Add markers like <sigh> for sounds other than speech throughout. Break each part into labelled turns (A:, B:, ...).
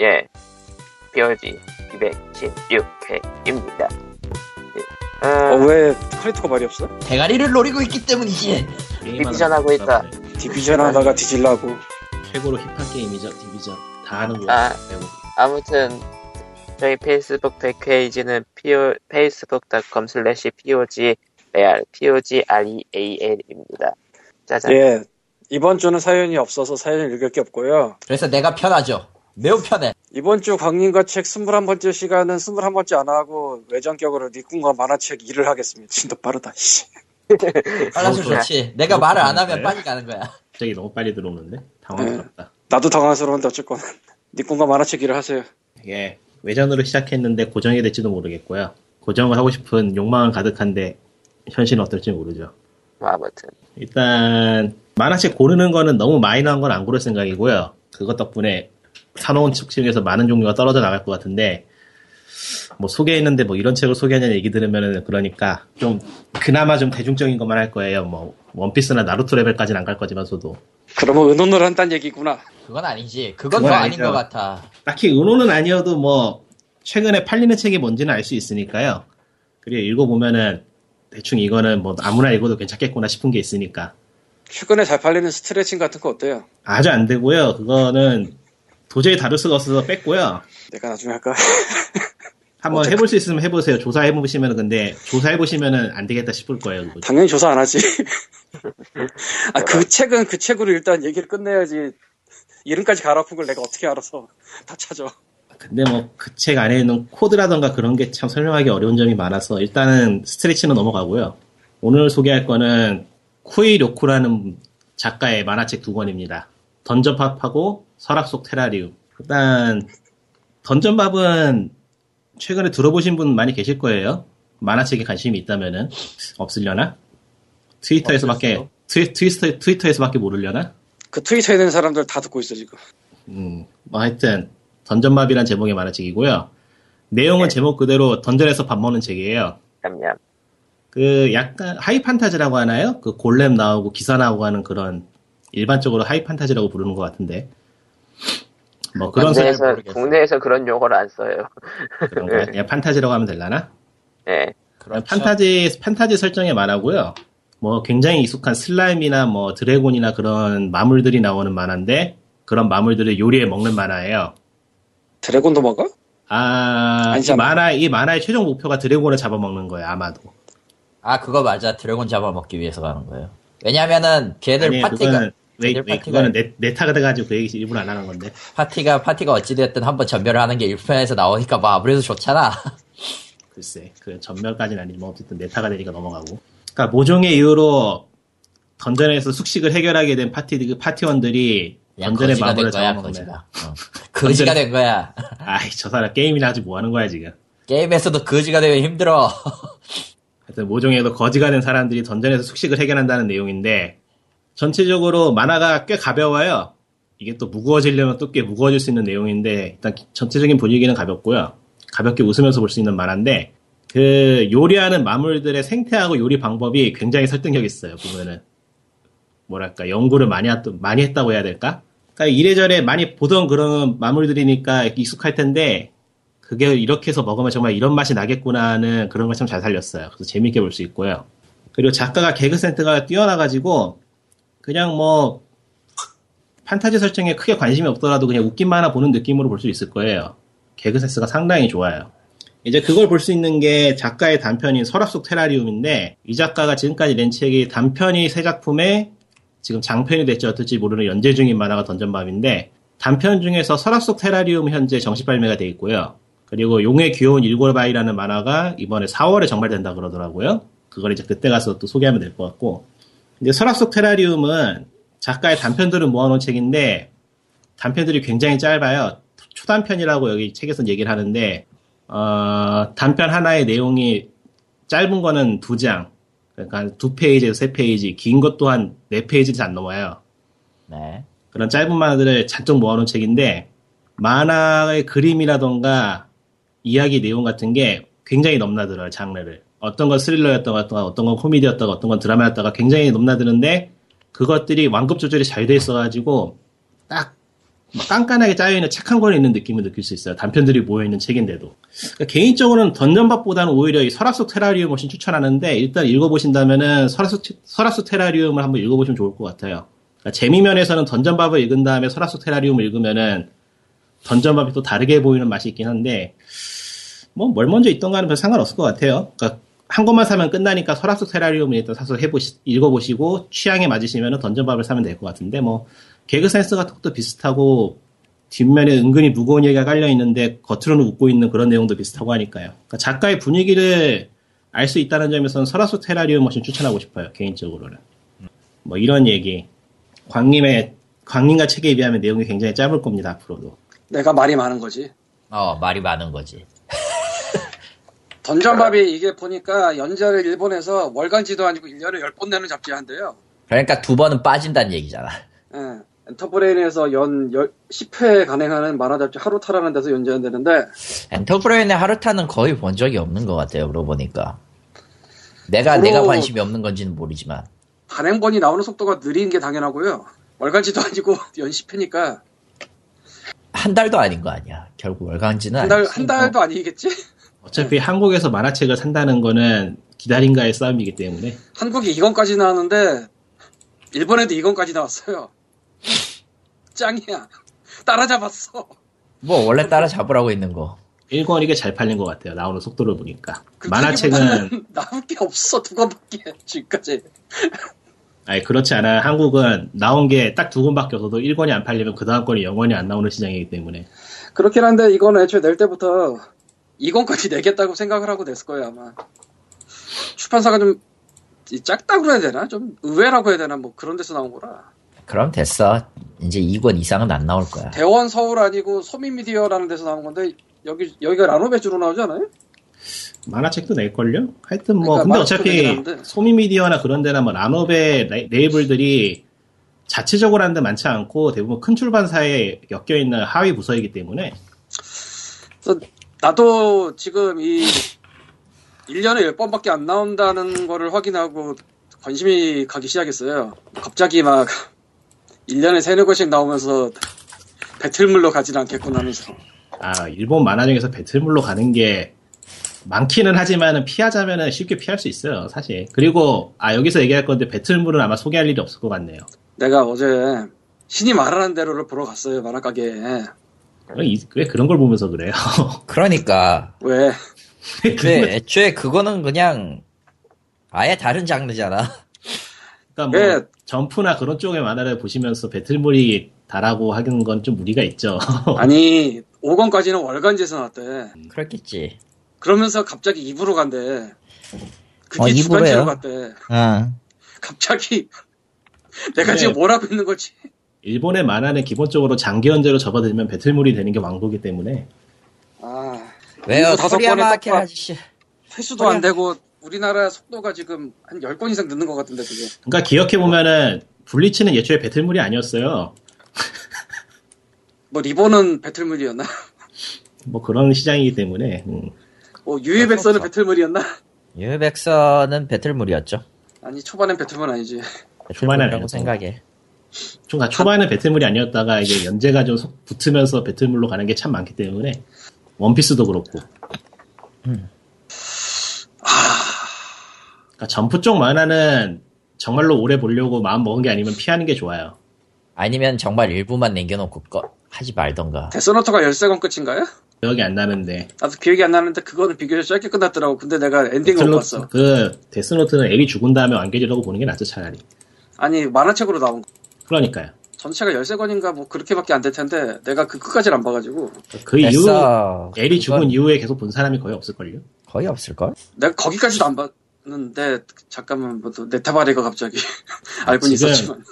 A: 예. PRG 216회입니다. 예. 아,
B: 어, 왜 캐릭터가 말이 없어?
C: 대가리를 노리고 있기 때문이지.
A: 디비전 하고 있다.
B: 디비전 하다가 뒤질라고.
D: 그 최고로 힙한 게임이죠, 디비전. 다 아는 거.
A: 아.
D: 아. 고
A: 아무튼 저희 페이스북 백페이지는 PO, facebook.com slash POG real, POG REAL입니다. 짜잔.
B: 예. 이번 주는 사연이 없어서 사연을 읽을 게 없고요.
C: 그래서 내가 편하죠. 매우 편해.
B: 이번 주 광림과 책 21번째 시간은 21번째 안 하고 외전격으로 니꾼과 만화책 2를 하겠습니다. 진짜 빠르다. 씨.
C: 빨라서
D: 그렇구나.
C: 좋지. 내가 말을 안 하면
D: 그렇구나.
C: 빨리 가는 거야.
D: 갑자기 너무 빨리 들어오는데? 당황스럽다.
B: 나도 당황스러운데 어쨌건 <laughs> 니꾼과 만화책 2를 하세요.
A: 음.
D: 예. 외전으로 시작했는데 고정이 될지도 모르겠고요. 고정을 하고 싶은 욕망은 가득한데 현실은 어떨지 모르죠.
A: 뭐 아무튼
D: 일단 만화책 고르는 거는 너무 마이너한 건 안 고를 생각이고요. 그것 덕분에 사놓은 책 중에서 많은 종류가 떨어져 나갈 것 같은데 뭐 소개했는데 뭐 이런 책을 소개하냐는 얘기 들으면은 그러니까 좀 그나마 좀 대중적인 것만 할 거예요. 뭐 원피스나 나루토 레벨까지는 안 갈 거지만서도
B: 그러면 은혼을 한다는 얘기구나.
C: 그건 아니지. 그건
D: 그건
C: 더 아닌
D: 아니죠.
C: 것 같아.
D: 딱히 의논은 아니어도 뭐 최근에 팔리는 책이 뭔지는 알 수 있으니까요. 그리고 읽어보면은 대충 이거는 뭐 아무나 읽어도 괜찮겠구나 싶은 게 있으니까
B: 최근에 잘 팔리는 스트레칭 같은 거 어때요?
D: 아주 안 되고요. 그거는 도저히 다룰 수가 없어서 뺐고요.
B: 내가 나중에 할까?
D: 한번 해볼 수 있으면 해보세요. 조사해보시면 근데 조사해보시면은 안 되겠다 싶을 거예요. 그거.
B: 당연히 조사 안 <laughs> 하지. 아, 그 책은 그 책으로 일단 얘기를 끝내야지. 이름까지 갈아엎은 걸 내가 어떻게 알아서 <laughs> 다 찾아.
D: 근데 뭐 그 책 안에 있는 코드라던가 그런 게 참 설명하기 어려운 점이 많아서 일단은 스트레치는 넘어가고요. 오늘 소개할 거는 쿠이료쿠라는 작가의 만화책 두 권입니다. 던전팝하고 설악 속 테라리움. 일단 던전팝은 최근에 들어보신 분 많이 계실 거예요. 만화책에 관심이 있다면은 없으려나? 트위터에서밖에
C: 없겠어요.
D: 트위, 트위스터, 트위터에서밖에 모르려나?
B: 그 트위터에 있는 사람들 다 듣고 있어, 지금.
D: 음, 뭐 하여튼 던전밥이란 제목의 만화책이고요. 내용은 제목 그대로 던전에서 밥 먹는 책이에요.
A: 냠냠.
D: 그 약간 하이 판타지라고 하나요? 그 골렘 나오고 기사 나오고 하는 그런 일반적으로 하이 판타지라고 부르는 것 같은데. 뭐 그런
C: 네.
D: 사-
C: 사람을
A: 국내에서
C: 모르겠어요.
A: 국내에서 그런 용어를 안 써요.
D: 그런 거 그냥 판타지라고 하면 될라나?
A: 예.
C: 그렇죠.
D: 판타지 판타지 설정에 말하고요. 뭐 굉장히 익숙한 슬라임이나 뭐 드래곤이나 그런 마물들이 나오는 만화인데 그런 마물들을 요리해 먹는 만화예요.
B: 드래곤도 먹어?
D: 아, 이
B: 아니잖아.
D: 만화, 이 만화의 최종 목표가 드래곤을 잡아먹는 거예요, 아마도.
C: 아 그거 맞아. 드래곤 잡아먹기 위해서 가는 거예요. 왜냐면은 걔들
D: 아니,
C: 파티가
D: 그거는, 왜,
C: 걔들
D: 왜,
C: 파티가-
D: 그거는 내, 내타가 돼가지고 그 얘기 일부러 안 하는 건데.
C: 파티가 파티가 어찌 됐든 한번 전멸을 하는 게 1편에서 나오니까 막 아무래도 좋잖아.
D: 글쎄, 그 전멸까지는 아니지만 어쨌든 내타가 되니까 넘어가고. 그러니까 모종의 이유로 던전에서 숙식을 해결하게 된 파티, 그 파티원들이
C: 그냥
D: 던전의
C: 거지가 된
D: 마물을
C: 거야.
D: 잡아먹는
C: 거지가.
D: 거야.
C: 어. 거지가 된 거야. <laughs>
D: 아이, 저 사람 게임이나 하지 뭐 하는 거야, 지금.
C: 게임에서도 거지가 되면 힘들어. <laughs>
D: 하여튼 모종에도 거지가 된 사람들이 던전에서 숙식을 해결한다는 내용인데 전체적으로 만화가 꽤 가벼워요. 이게 또 무거워지려면 또 꽤 무거워질 수 있는 내용인데 일단 전체적인 분위기는 가볍고요. 가볍게 웃으면서 볼 수 있는 만화인데 그 요리하는 마물들의 생태하고 요리 방법이 굉장히 설득력 있어요. 보면은 뭐랄까 연구를 많이, 했, 많이 했다고 해야 될까? 그러니까 이래저래 많이 보던 그런 마물들이니까 익숙할 텐데 그게 이렇게 해서 먹으면 정말 이런 맛이 나겠구나 하는 그런 걸 참 잘 살렸어요. 그래서 재밌게 볼 수 있고요. 그리고 작가가 개그 센터가 뛰어나가지고 그냥 뭐 판타지 설정에 크게 관심이 없더라도 그냥 웃긴만 하나 보는 느낌으로 볼 수 있을 거예요. 개그 센스가 상당히 좋아요. 이제 그걸 볼 수 있는 게 작가의 단편인 서랍 속 테라리움인데 이 작가가 지금까지 낸 책이 단편이 세 작품에 지금 장편이 될지 어떨지 모르는 연재 중인 만화가 던전밤인데 단편 중에서 서랍 속 테라리움 현재 정식 발매가 돼 있고요. 그리고 용의 귀여운 일골바이라는 만화가 이번에 4월에 정발된다 그러더라고요. 그걸 이제 그때 가서 또 소개하면 될 것 같고. 근데 서랍 속 테라리움은 작가의 단편들을 모아놓은 책인데 단편들이 굉장히 짧아요. 초단편이라고 여기 책에서 얘기를 하는데 어, 단편 하나의 내용이 짧은 거는 두 장, 그러니까 두 페이지에서 세 페이지, 긴 것 또한 네 페이지를 안 넘어요.
C: 네.
D: 그런 짧은 만화들을 잔뜩 모아놓은 책인데 만화의 그림이라던가 이야기 내용 같은 게 굉장히 넘나들어요 장르를 어떤 건 스릴러였다가 어떤 건- 어떤 건 코미디였다가 어떤 건 드라마였다가 굉장히 넘나드는데 그것들이 완급 조절이 잘 돼 있어가지고 딱 막뭐 깐깐하게 짜여있는 책 한 권에 있는 느낌을 느낄 수 있어요. 단편들이 모여있는 책인데도. 그러니까 개인적으로는 던전밥보다는 오히려 이 설악 속 테라리움을 훨씬 추천하는데 일단 읽어보신다면은 설악 속, 테- 설악 속 테라리움을 한번 읽어보시면 좋을 것 같아요. 그러니까 재미면에서는 던전밥을 읽은 다음에 설악 속 테라리움을 읽으면은 던전밥이 또 다르게 보이는 맛이 있긴 한데 뭐 뭘 먼저 있던가는 별 상관없을 것 같아요. 그러니까 한 권만 사면 끝나니까 설악 속 테라리움을 일단 사서 해보시 읽어보시고 취향에 맞으시면 던전밥을 사면 될 것 같은데 뭐 개그 센스 같은 것도 비슷하고 뒷면에 은근히 무거운 얘기가 깔려 있는데 겉으로는 웃고 있는 그런 내용도 비슷하고 하니까요. 그러니까 작가의 분위기를 알 수 있다는 점에서는 설화수 테라리움 머신 추천하고 싶어요. 개인적으로는. 뭐 이런 얘기. 광님의 광님과 책에 비하면 내용이 굉장히 짧을 겁니다. 앞으로도.
B: 내가 말이 많은 거지.
C: 어, 말이 많은 거지.
B: 던전밥이 이게 보니까 연재를 일본에서 월간지도 아니고 1년에 10번 내는 잡지한데요.
C: 그러니까 두 번은 빠진다는 얘기잖아.
B: 예. 엔터브레인에서 연 10회 간행하는 만화 잡지 하루타라는 데서 연재한다는데
C: 엔터프레인의 하루타는 거의 본 적이 없는 것 같아요. 그러고 보니까. 내가,
B: 그러-
C: 내가 관심이 없는 건지는 모르지만.
B: 간행본이 나오는 속도가 느린 게 당연하고요. 월간지도 아니고 <laughs> 연 10회니까
C: 한 달도 아닌 거 아니야. 결국 월간지는
B: 한 달,
C: 아니지.
B: 한 달도 아니겠지?
D: 어차피
B: 네.
D: 한국에서 만화책을 산다는 거는 기다림과의 싸움이기 때문에
B: 한국이 2권까지 나왔는데 일본에도 2권까지 나왔어요. <laughs> 짱이야. 따라잡았어.
C: 뭐 원래 따라 잡으라고 있는 거.
D: 1권 이게 잘 팔린 것 같아요. 나오는 속도를 보니까.
B: 그
D: 만화책은
B: 책이보다는 <laughs> 남은 게 없어 두 권밖에 지금까지.
D: 아니 그렇지 않아요. 한국은 나온 게 딱 두 권밖에 없어도 1권이 안 팔리면 그 다음 권이 영원히 안 나오는 시장이기 때문에
B: 그렇긴 한데 이거는 애초에 낼 때부터 2권까지 내겠다고 생각을 하고 냈을 거예요 아마. 출판사가 좀이 작다고 해야 되나? 좀 의외라고 해야 되나? 뭐 그런 데서 나온 거라.
C: 그럼 됐어. 이제 2권 이상은 안 나올 거야.
B: 대원 서울 아니고 소민미디어라는 데서 나온 건데 여기 여기가 라노베주로 나오잖아요.
D: 만화책도 낼걸요? 하여튼
B: 그러니까
D: 뭐 근데
B: 만화책도 내긴
D: 어차피
B: 한데.
D: 소미미디어나 그런 데나 뭐 라노베 레- 레이블들이 자체적으로 하는 데 많지 않고 대부분 큰 출판사에 엮여있는 하위 부서이기 때문에
B: 그래서 나도 지금 이 1년에 10번밖에 안 나온다는 거를 확인하고 관심이 가기 시작했어요. 갑자기 막 1년에 3, 4권씩 나오면서 배틀물로 가진 않겠구나 하면서.
D: 아 일본 만화 중에서 배틀물로 가는 게 많기는 하지만 피하자면 쉽게 피할 수 있어요 사실 그리고 아 여기서 얘기할 건데 배틀물은 아마 소개할 일이 없을 것 같네요
B: 내가 어제 신이 말하는 대로를 보러 갔어요, 만화가게에.
D: 그럼 이- 왜 그런 걸 보면서 그래요? <laughs>
C: 그러니까
B: 왜?
D: 왜
B: 네.
D: 그런 걸
C: 근데 애초에 그거는 그냥 아예 다른 장르잖아.
D: 그러니까 뭐
B: 예.
D: 점프나 그런 쪽의 만화를 보시면서 배틀물이 다라고 하는 건 좀 무리가 있죠. <laughs>
B: 아니, 5권까지는 월간지에서 나왔대.
C: 그렇겠지.
B: 그러면서 갑자기 입으로 간대. 그게
C: 어, 입으로요?
B: 주간지로 갔대.
C: 응.
B: 갑자기 <laughs> 내가
D: 네.
B: 지금 뭘 하고 있는 거지?
D: 일본의 만화는 기본적으로 장기 연재로 접어들면 배틀물이 되는 게 왕도기 때문에
B: 아,
C: 왜요?
B: 다섯 번에
C: 코리아마켓
B: 떡밥.
C: 아저씨.
B: 회수도 안 되고 우리나라 속도가 지금 한 10권 이상 늦는 것 같은데 그게
D: 그러니까 기억해 보면은 블리치는 예초에 배틀물이 아니었어요.
B: 뭐 리본은 배틀물이었나? <laughs>
D: 뭐 그런 시장이기 때문에 음.
B: 뭐 유이백서는
D: 그렇죠.
B: 배틀물이었나?
C: 유백서는 배틀물이었죠.
B: 아니 초반엔 배틀물 아니지
D: 초반에
C: 배틀물이라고
D: 아니었던
C: 생각해.
D: 좀 초반에 배틀물이 아니었다가 이게 연재가 좀 속- 붙으면서 배틀물로 가는 게 참 많기 때문에 원피스도 그렇고. 아. 그러니까 점프 쪽 만화는 정말로 오래 보려고 마음 먹은 게 아니면 피하는 게 좋아요.
C: 아니면 정말 일부만 남겨놓고 거, 하지 말던가.
B: 데스노트가 13권 끝인가요?
D: 기억이 안 나는데.
B: 나도 기억이 안 나는데 그거는 비교적 짧게 끝났더라고 근데 내가 엔딩을 못
D: 데스노트-
B: 봤어
D: 그 데스노트는 엘이 죽은 다음에 완결이라고 보는 게 낫죠 차라리.
B: 아니 만화책으로 나온 거
D: 그러니까요.
B: 전체가 13권인가 뭐 그렇게밖에 안 될 텐데 내가 그 끝까지를 안 봐가지고
D: 그 이후
C: 됐어.
D: 엘이 죽은
C: 그건
D: 이후에 계속 본 사람이 거의 없을걸요.
C: 거의 없을걸?
B: 내가 거기까지도 안 봤는데 잠깐만 뭐또 네타바리가 갑자기 <laughs> 알고는
D: 지금-
B: 있었지만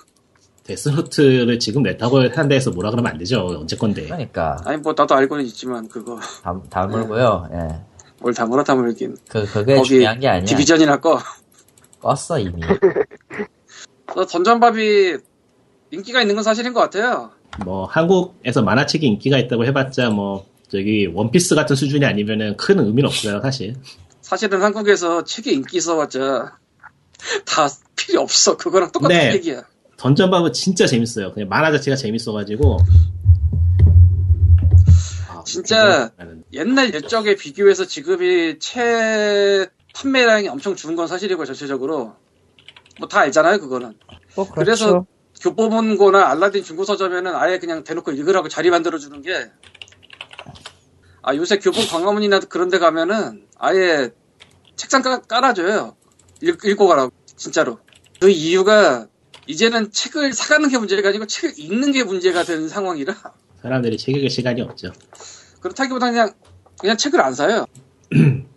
D: 데스노트를 지금 내타고 하는 데에서 뭐라 그러면 안 되죠. 언제 건데.
C: 그러니까
B: 아니 뭐 나도 알고는 있지만 그거
C: 다, 다물고요. 예.
B: 뭘 다물어 다물긴
C: 그 그게
B: 거기
C: 중요한 게 아니야.
B: 디비전이나 꺼
C: 껐어
E: <laughs>
C: 이미.
B: 그래서 던전밥이 인기가 있는 건 사실인 것 같아요.
D: 뭐 한국에서 만화책이 인기가 있다고 해봤자 뭐 저기 원피스 같은 수준이 아니면은 큰 의미는 없어요 사실.
B: 사실은 한국에서 책이 인기 있어봤자 다 필요 없어. 그거랑 똑같은
D: 네.
B: 얘기야.
D: 던전밥은 진짜 재밌어요. 그냥 만화 자체가 재밌어가지고 아,
B: 진짜 옛날 옛적에 비교해서 지금이 채 판매량이 엄청 줄은 건 사실이고 전체적으로 뭐 다 알잖아요 그거는
C: 뭐 그렇죠.
B: 그래서 교보문 고나 알라딘 중고 서점에는 아예 그냥 대놓고 읽으라고 자리 만들어 주는 게 아 요새 교본 광화문이나 그런 데 가면은 아예 책장 깔, 깔아줘요 읽, 읽고 가라고 진짜로 그 이유가 이제는 책을 사가는 게 문제가 아니고 책을 읽는 게 문제가 된 상황이라
D: 사람들이 책 읽을 시간이 없죠.
B: 그렇다기보다 그냥 그냥 책을 안 사요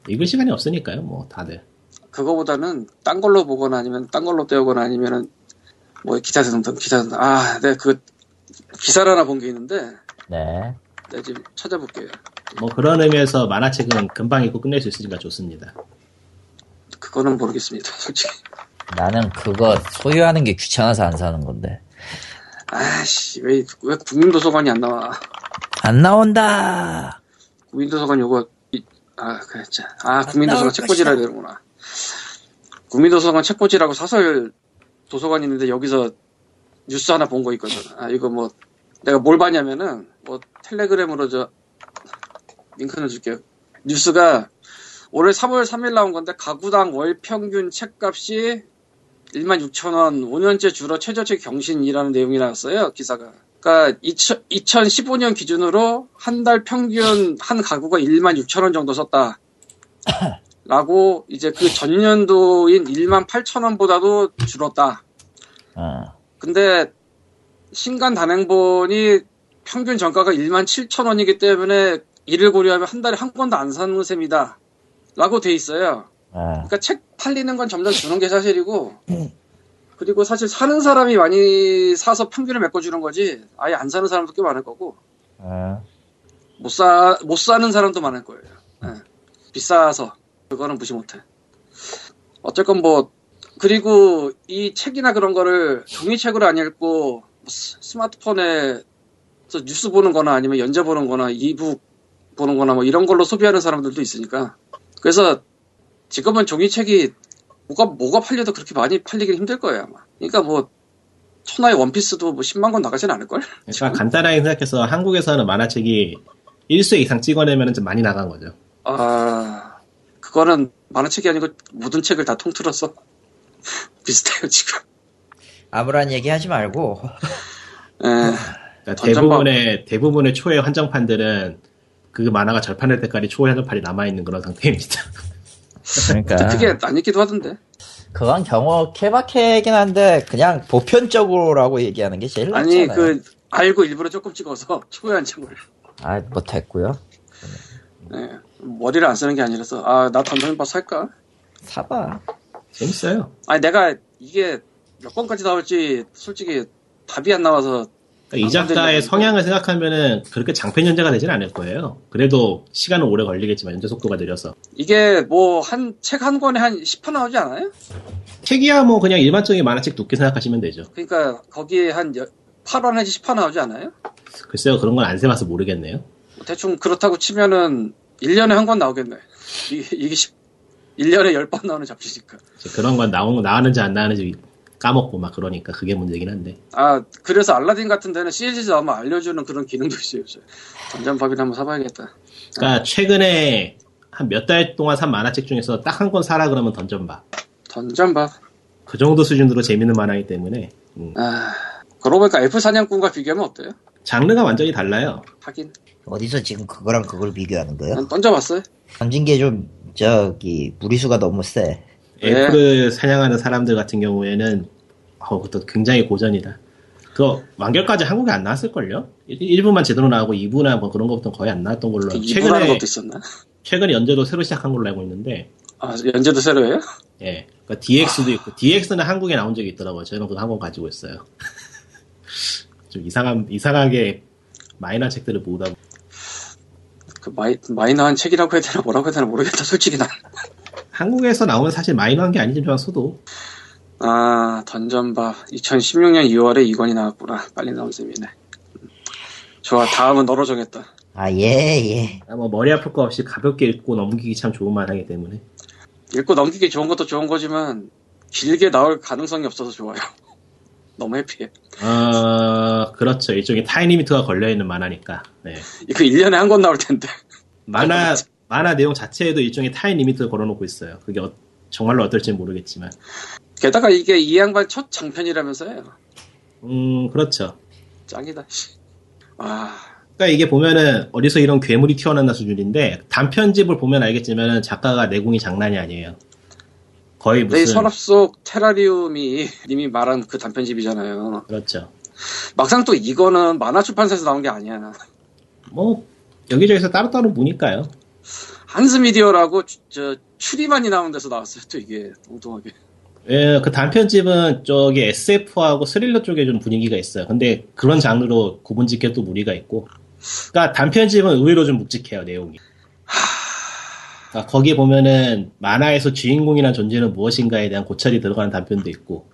D: 읽을 시간이 없으니까요, 뭐 다들.
B: 그거보다는 딴 걸로 보거나 아니면 딴 걸로 때우거나 아니면은 뭐 기사 등등 기사 등등 아 내가 그 기사를 하나 본 게 있는데
C: 네.
B: 내가 지금 찾아볼게요
D: 뭐 그런 의미에서 만화책은 금방 읽고 끝낼 수 있으니까 좋습니다.
B: 그거는 모르겠습니다 솔직히
C: 나는 그거 소유하는 게 귀찮아서 안 사는 건데.
B: 아씨 왜, 왜 국민도서관이 안 나와
C: 안 나온다!
B: 국민도서관 요거 이- 아 그래 아 국민도서관 책꽂이라 해야 되는구나 국민도서관 책꽂이라고 사설 도서관이 있는데 여기서 뉴스 하나 본 거 있거든 아 이거 뭐 내가 뭘 봤냐면은 뭐 텔레그램으로 저 링크는 줄게요 뉴스가 올해 3월 3일 나온 건데 가구당 월 평균 책값이 1만 6천 원 5년째 줄어 최저책 경신이라는 내용이 나왔어요 기사가 그러니까 2000, 2015년 기준으로 한 달 평균 한 가구가 1만 6천 원 정도 썼다. 라고 이제 그 전년도인 1만 8천 원보다도 줄었다.
C: 어.
B: 근데 신간 단행본이 평균 정가가 1만 7천 원이기 때문에 이를 고려하면 한 달에 한 권도 안 사는 셈이다. 라고 돼 있어요.
C: 어.
B: 그러니까 책 팔리는 건 점점 주는 게 사실이고 그리고 사실 사는 사람이 많이 사서 평균을 메꿔주는 거지 아예 안 사는 사람도 꽤 많을 거고
C: 어.
B: 못, 사, 못 사는 사람도 많을 거예요 예. 비싸서 그거는 무시 못해 어쨌건 뭐 그리고 이 책이나 그런 거를 종이책으로 안 읽고 뭐 스- 스마트폰에 저 뉴스 보는 거나 아니면 연재 보는 거나 이북 보는 거나 뭐 이런 걸로 소비하는 사람들도 있으니까 그래서 지금은 종이책이 뭐가 뭐가 팔려도 그렇게 많이 팔리긴 힘들 거예요 아마 그러니까 뭐 천하의 원피스도 뭐 10만 권 나가진 않을 걸
D: 그러니까 간단하게 생각해서 한국에서는 만화책이 1수 이상 찍어내면 좀 많이 나간 거죠.
B: 아, 그거는 만화책이 아니고 모든 책을 다 통틀어서 <laughs> 비슷해요, 지금.
C: 아무런 얘기 하지 말고.
B: 예.
D: 그러니까
B: 완전
D: 대부분의 대부분의 초의 한정판들은 그 만화가 절판될 때까지 초의 한정판이 남아 있는 그런 상태입니다.
C: 그러니까.
B: 그게 안 읽기도 하던데.
C: 그건 경호 케바케이긴 한데, 그냥 보편적으로라고 얘기하는 게 제일
B: 아니,
C: 낫잖아요.
B: 그, 알고 일부러 조금 찍어서 <laughs> 초에 한 책을.
C: 아, 못했고요
B: 예. 머리를 안 쓰는 게 아니라서, 아, 나 던전밥 살까?
C: 사봐.
D: <laughs> 재밌어요.
B: 아니, 내가 이게 몇 권까지 나올지 솔직히 답이 안 나와서
D: 그러니까 이 작가의 성향을 생각하면은 그렇게 장편 연재가 되진 않을 거예요. 그래도 시간은 오래 걸리겠지만 연재 속도가 느려서
B: 이게 뭐 한 책 한 권에 한 10화 나오지 않아요?
D: 책이야 뭐 그냥 일반적인 만화책 두께 생각하시면 되죠.
B: 그러니까 거기에 한 8화 내지 10화 나오지 않아요?
D: 글쎄요 그런 건 안 세봐서 모르겠네요.
B: 대충 그렇다고 치면은 1년에 한 권 나오겠네. 이게, 이게 1년에 10번 나오는 잡지니까.
D: 이제 그런 건 나온 나왔는지 안 나왔는지 까먹고 막 그러니까 그게 문제긴 한데
B: 아, 그래서 알라딘 같은 데는 CG에서 아마 알려주는 그런 기능도 있어요. 요새. 전전밥이나 한번 사봐야겠다.
D: 그러니까 최근에 한 몇 달 동안 산 만화책 중에서 딱 한 권 사라 그러면 던전봐
B: 전전밥.
D: 그 정도 수준으로 재밌는 만화이기 때문에 음.
B: 아, 그러고 보니까 엘프 사냥꾼과 비교하면 어때요?
D: 장르가 완전히 달라요
B: 하긴.
E: 어디서 지금 그거랑 그걸 비교하는 거예요?
B: 난 던져봤어요. 그
E: 던진 게 좀 저기 무리수가 너무 세.
B: 예.
D: 엘프를 사냥하는 사람들 같은 경우에는 어, 그것도 굉장히 고전이다 그거 완결까지 한국에 안 나왔을걸요? 1부만 제대로 나오고 2부나 뭐 그런 것부터 거의 안 나왔던 걸로
B: 그
D: 알고
B: 이부라는
D: 그러니까. 최근에
B: 것도 있었나?
D: 최근에 연재도 새로 시작한 걸로 알고 있는데
B: 아, 연재도 새로예요?
D: 예. 그러니까 DX도 있고, DX는 한국에 나온 적이 있더라고요. 저는 그거 한권 가지고 있어요. <laughs> 좀 이상한, 이상하게 마이너 책들을 보다 보니
B: 그 마이, 마이너한 책이라고 해야 되나 뭐라고 해야 되나 모르겠다, 솔직히 난.
D: 한국에서 나오면 사실 마이너한 게 아니지만 서도
B: 아, 던전밥. 2016년 2월에 이권이 나왔구나. 빨리 나온 셈이네. 좋아, 다음은 너로 정했다.
E: 아, 예, 예.
D: 아마 뭐 머리 아플 거 없이 가볍게 읽고 넘기기 참 좋은 만화이기 때문에
B: 읽고 넘기기 좋은 것도 좋은 거지만, 길게 나올 가능성이 없어서 좋아요. <laughs> 너무 해피해.
D: 어, 그렇죠. 일종의 타임리미트가 걸려있는 만화니까. 네.
B: 이거 1년에 한 권 나올 텐데.
D: 만화, 만화 내용 자체에도 일종의 타임리미트를 걸어놓고 있어요. 그게 어- 정말로 어떨지 모르겠지만.
B: 게다가 이게 이 양반 첫 장편이라면서요.
D: 음, 그렇죠.
B: 짱이다. 씨. 아, 와,
D: 그러니까 이게 보면은 어디서 이런 괴물이 튀어나온다 수준인데 단편집을 보면 알겠지만은 작가가 내공이 장난이 아니에요. 거의
B: 내
D: 무슨
B: 네, 서랍 속 테라리움이 님이 말한 그 단편집이잖아요.
D: 그렇죠.
B: 막상 또 이거는 만화 출판사에서 나온 게 아니야.
D: 뭐 여기저기서 따로따로 보니까요.
B: 한스미디어라고 추- 저 추리만이 나온 데서 나왔어요. 또 이게 엉뚱하게.
D: 예, 그 단편집은 저기 SF하고 스릴러 쪽에 좀 분위기가 있어요. 근데 그런 장르로 구분짓기에 또 무리가 있고. 그러니까 단편집은 의외로 좀 묵직해요, 내용이. 그러니까 거기에 보면은 만화에서 주인공이란 존재는 무엇인가에 대한 고찰이 들어가는 단편도 있고.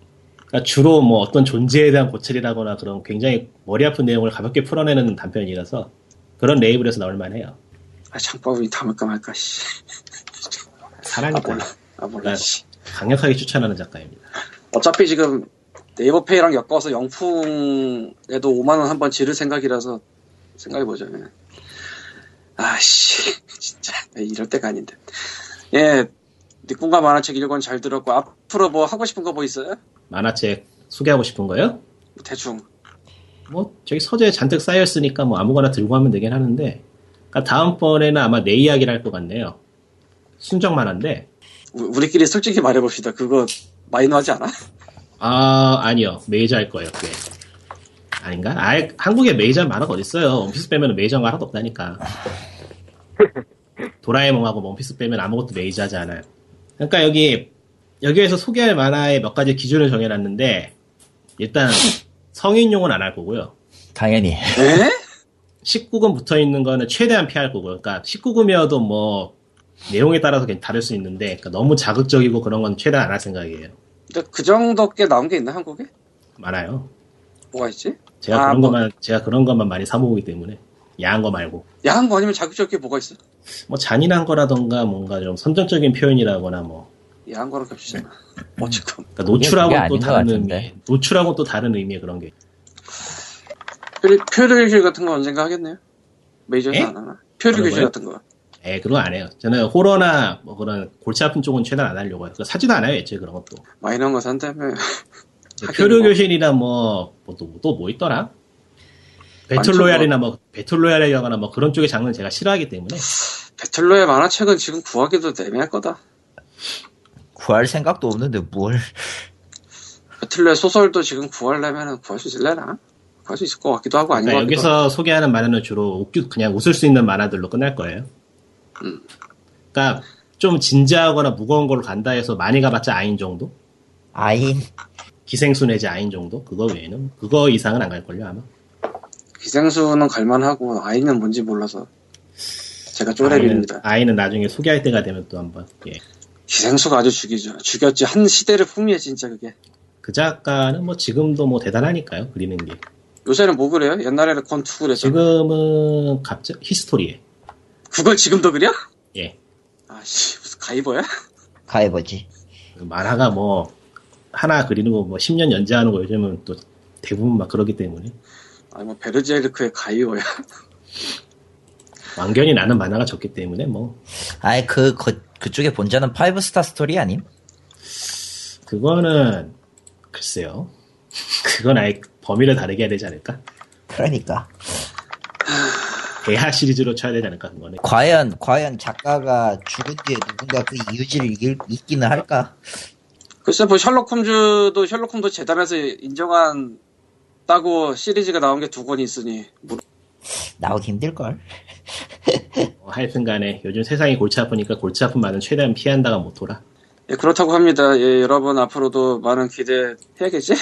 D: 그러니까 주로 뭐 어떤 존재에 대한 고찰이라거나 그런 굉장히 머리 아픈 내용을 가볍게 풀어내는 단편이라서 그런 레이블에서 나올 만해요.
B: 아, 장바구니 담을까 말까, 씨. 아,
D: 사랑이다.
B: 몰라. 아, 몰라,
D: 네.
B: 씨.
D: 강력하게 추천하는 작가입니다.
B: 어차피 지금 네이버페이랑 엮어서 영풍에도 5만원 한번 지를 생각이라서 생각해보자. 예. 아, 씨. <laughs> 진짜. 네, 이럴 때가 아닌데. 예. 니꾼과 만화책 1권 잘 들었고, 앞으로 뭐 하고 싶은 거 뭐 있어요?
D: 만화책 소개하고 싶은 거요?
B: 뭐 대충.
D: 뭐 저기 서재에 잔뜩 쌓여있으니까 뭐 아무거나 들고 가면 되긴 하는데 그러니까 다음번에는 아마 내 이야기를 할 것 같네요 순정 만화인데
B: 우- 우리끼리 솔직히 말해봅시다. 그거 마이너 하지 않아?
D: 아 아니요 메이저 할 거예요 그게 아닌가? 아예 한국에 메이저 만화가 어딨어요 원피스 빼면 메이저 만화도 없다니까 도라에몽하고 뭐 원피스 빼면 아무것도 메이저 하지 않아요 그러니까 여기 여기에서 소개할 만화의 몇 가지 기준을 정해놨는데 일단 성인용은 안 할 거고요
C: 당연히.
B: 에?
D: 19금 붙어 있는 거는 최대한 피할 거고, 그러니까 19금이어도 뭐 내용에 따라서 괜히 다를 수 있는데, 그러니까 너무 자극적이고 그런 건 최대한 안 할 생각이에요.
B: 근데 그 정도 꽤 나온 게 있나, 한국에?
D: 많아요.
B: 뭐가 있지?
D: 제가
B: 아,
D: 그런
B: 뭐.
D: 것만 제가 그런 것만 많이 사 모으기 때문에 야한 거 말고
B: 야한 거 아니면 자극적인 게 뭐가 있어?
D: 뭐 잔인한 거라던가 뭔가 좀 선정적인 표현이라거나 뭐
B: 야한 거랑 겹치잖아. 음. 어쨌건.
D: 그러니까
C: 그게 그게
D: 노출하고
C: 아닌
D: 또
C: 것
D: 다른
C: 같은데.
D: 의미, 노출하고 또 다른 의미의 그런 게.
B: 표류, 표류 교실 같은 거 언젠가 하겠네요. 메이저에서
D: 예?
B: 안 하나? 표류
D: 어느
B: 교실
D: 거요?
B: 같은 거.
D: 에 그거 안 해요. 저는 호러나 뭐 그런 골치 아픈 쪽은 최대한 안 하려고 해요. 그러니까 사지도 않아요, 애초에 그런 것도.
B: 마이너한 거 산다며. 하긴
D: 표류
B: 뭐.
D: 네, 교실이나 뭐또뭐 또 뭐 있더라?
B: 많죠,
D: 배틀로얄이나 뭐 배틀로얄이라거나 뭐 그런 쪽의 장르는 제가 싫어하기 때문에
B: 배틀로의 만화책은 지금 구하기도 애매할 거다.
E: 구할 생각도 없는데 뭘.
B: 배틀로의 소설도 지금 구하려면 구할 수 있을래나? 구할 수 있을 것 같기도 하고 아닌
D: 그러니까
B: 것 같기도 하고.
D: 여기서 소개하는 만화는 주로 웃기- 그냥 웃을 수 있는 만화들로 끝날 거예요.
B: 음.
D: 그러니까 좀 진지하거나 무거운 걸로 간다 해서 많이 가봤자 아인 정도,
E: 아인.
D: 기생수 내지 아인 정도 그거 외에는 그거 이상은 안 갈 걸요 아마.
B: 기생수는 갈만하고 아이는 뭔지 몰라서 제가 쪼렙입니다.
D: 아이는, 아이는 나중에 소개할 때가 되면 또 한번 예.
B: 기생수가 아주 죽이죠. 죽였지. 한 시대를 풍미해 진짜 그게.
D: 그 작가는 뭐 지금도 뭐 대단하니까요 그리는 게
B: 요새는 뭐 그래요? 옛날에는 권투 그랬죠.
D: 지금은 갑자기 히스토리에
B: 그걸 지금도 그려?
D: 예
B: 아씨 무슨 가이버야?
E: 가해보지.
D: 그 만화가 뭐 하나 그리는 거 뭐 10년 연재하는 거 요즘은 또 대부분 막 그러기 때문에
B: 아니 뭐 베르제르크의 가이오야.
D: 완견이 나는 만화가 적기 때문에 뭐
E: 아예 그, 그, 그쪽에 본전은 파이브스타 스토리 아님?
D: 그거는 글쎄요 그건 아예 범위를 다르게 해야 되지 않을까
E: 그러니까.
D: 대하 시리즈로 쳐야 되지 않을까 그거는
E: 과연, 과연 작가가 죽은 뒤에 누군가 그 이유지를 이길, 있기는 할까?
B: 글쎄 뭐 셜록 홈즈도 셜록 홈즈 재단에서 인정한 따고 시리즈가 나온 게 두 권이 있으니 뭐,
E: 나오기 힘들걸.
D: 뭐 하여튼간에 요즘 세상이 골치 아프니까 골치 아픈 말은 최대한 피한다가 모토라
B: 예, 그렇다고 합니다. 예, 여러분 앞으로도 많은 기대 해야겠지?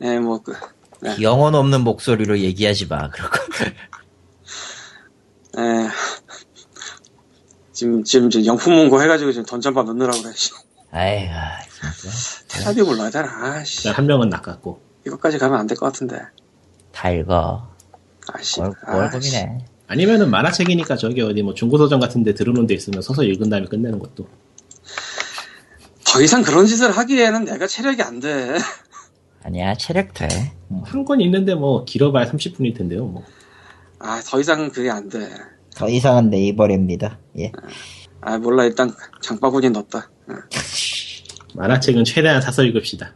B: 예, 뭐 그, 네.
E: 영혼 없는 목소리로 얘기하지 마. 그러고.
B: 예. 지금 지금 지금 영품 문고 해가지고 지금 던전밥 넣느라고 그래. 씨.
E: 아이고, 진짜.
B: 테라비 몰라야 되나? 아씨
D: 일단 한 명은 낚았고
B: 이것까지 가면 안 될 것 같은데.
E: 다 읽어.
B: 아씨.
E: 뭘, 뭘 고민해.
D: 아니면은 만화책이니까 저기 어디 뭐 중고서점 같은 데 들어놓은 데 있으면 서서 읽은 다음에 끝내는 것도
B: 더 이상 그런 짓을 하기에는 내가 체력이 안 돼.
C: 아니야, 체력 돼.
D: 한 권 있는데 뭐 길어봐야 30분일 텐데요. 뭐.
B: 아, 더 이상은 그게 안 돼.
E: 더 이상은 네이버랩니다. 예.
B: 아, 몰라. 일단 장바구니에 넣었다. 응.
D: 만화책은 최대한 사서 읽읍시다.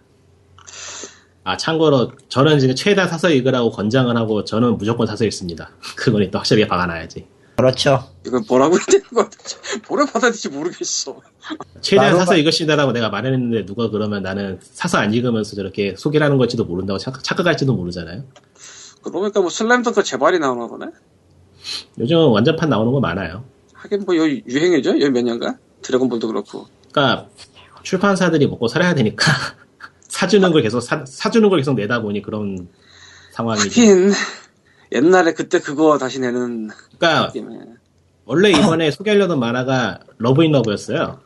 D: 아 참고로 저는 지금 최대한 사서 읽으라고 권장을 하고 저는 무조건 사서 읽습니다. 그건 일단 확실하게 박아놔야지.
E: 그렇죠. 이건
B: 이건 뭐라고 해야 <laughs> 되는 거야? 도대체 뭐라 받아야 될지 모르겠어.
D: 최대한
E: 나로가-
D: 사서 읽읍시다라고 내가 말했는데 누가 그러면 나는 사서 안 읽으면서 저렇게 소개를 하는 걸지도 모른다고 착, 착각할지도 모르잖아요.
B: 그러고 보니까 뭐 슬램덩크 재발이 나오나 보네?
D: 요즘은 완전판 나오는 거 많아요.
B: 하긴 뭐 여기 유행이죠? 여기 몇 년간? 드래곤볼도 그렇고.
D: 그러니까 출판사들이 먹고 살아야 되니까 <laughs> 사주는 걸 계속 사, 사주는 걸 계속 내다 보니 그런 상황이죠.
B: 하긴 옛날에 그때 그거 다시 내는
D: 그러니까
B: 느낌에
D: 원래 이번에 소개하려던 만화가 러브인 러브였어요.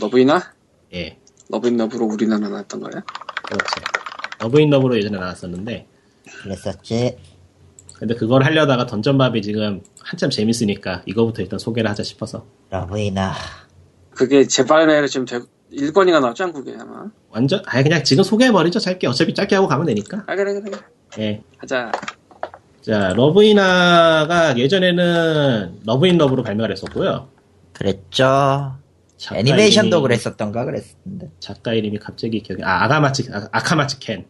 B: 러브이나?
D: 예,
B: 러브인 러브로 우리나라 나왔던 거야?
D: 그렇죠. 러브인 러브로 예전에 나왔었는데
E: 그랬었지.
D: 근데 그걸 하려다가 던전밥이 지금 한참 재밌으니까 이거부터 일단 소개를 하자 싶어서
E: 러브이나.
B: 그게 재발매를 지금 되, 1권이가 나왔지 한국에 아마
D: 완전 아예 그냥 지금 소개해버리죠 짧게 어차피 짧게 하고 가면 되니까
B: 아 그래 그래
D: 예.
B: 하자
D: 자 러브이나가 예전에는 러브인 러브로 발매를 했었고요
E: 그랬죠.
D: 작가
E: 애니메이션도
D: 이름이-
E: 그랬었던가 그랬었는데.
D: 작가 이름이 갑자기 기억이 아 아가마츠 아, 아카마츠 켄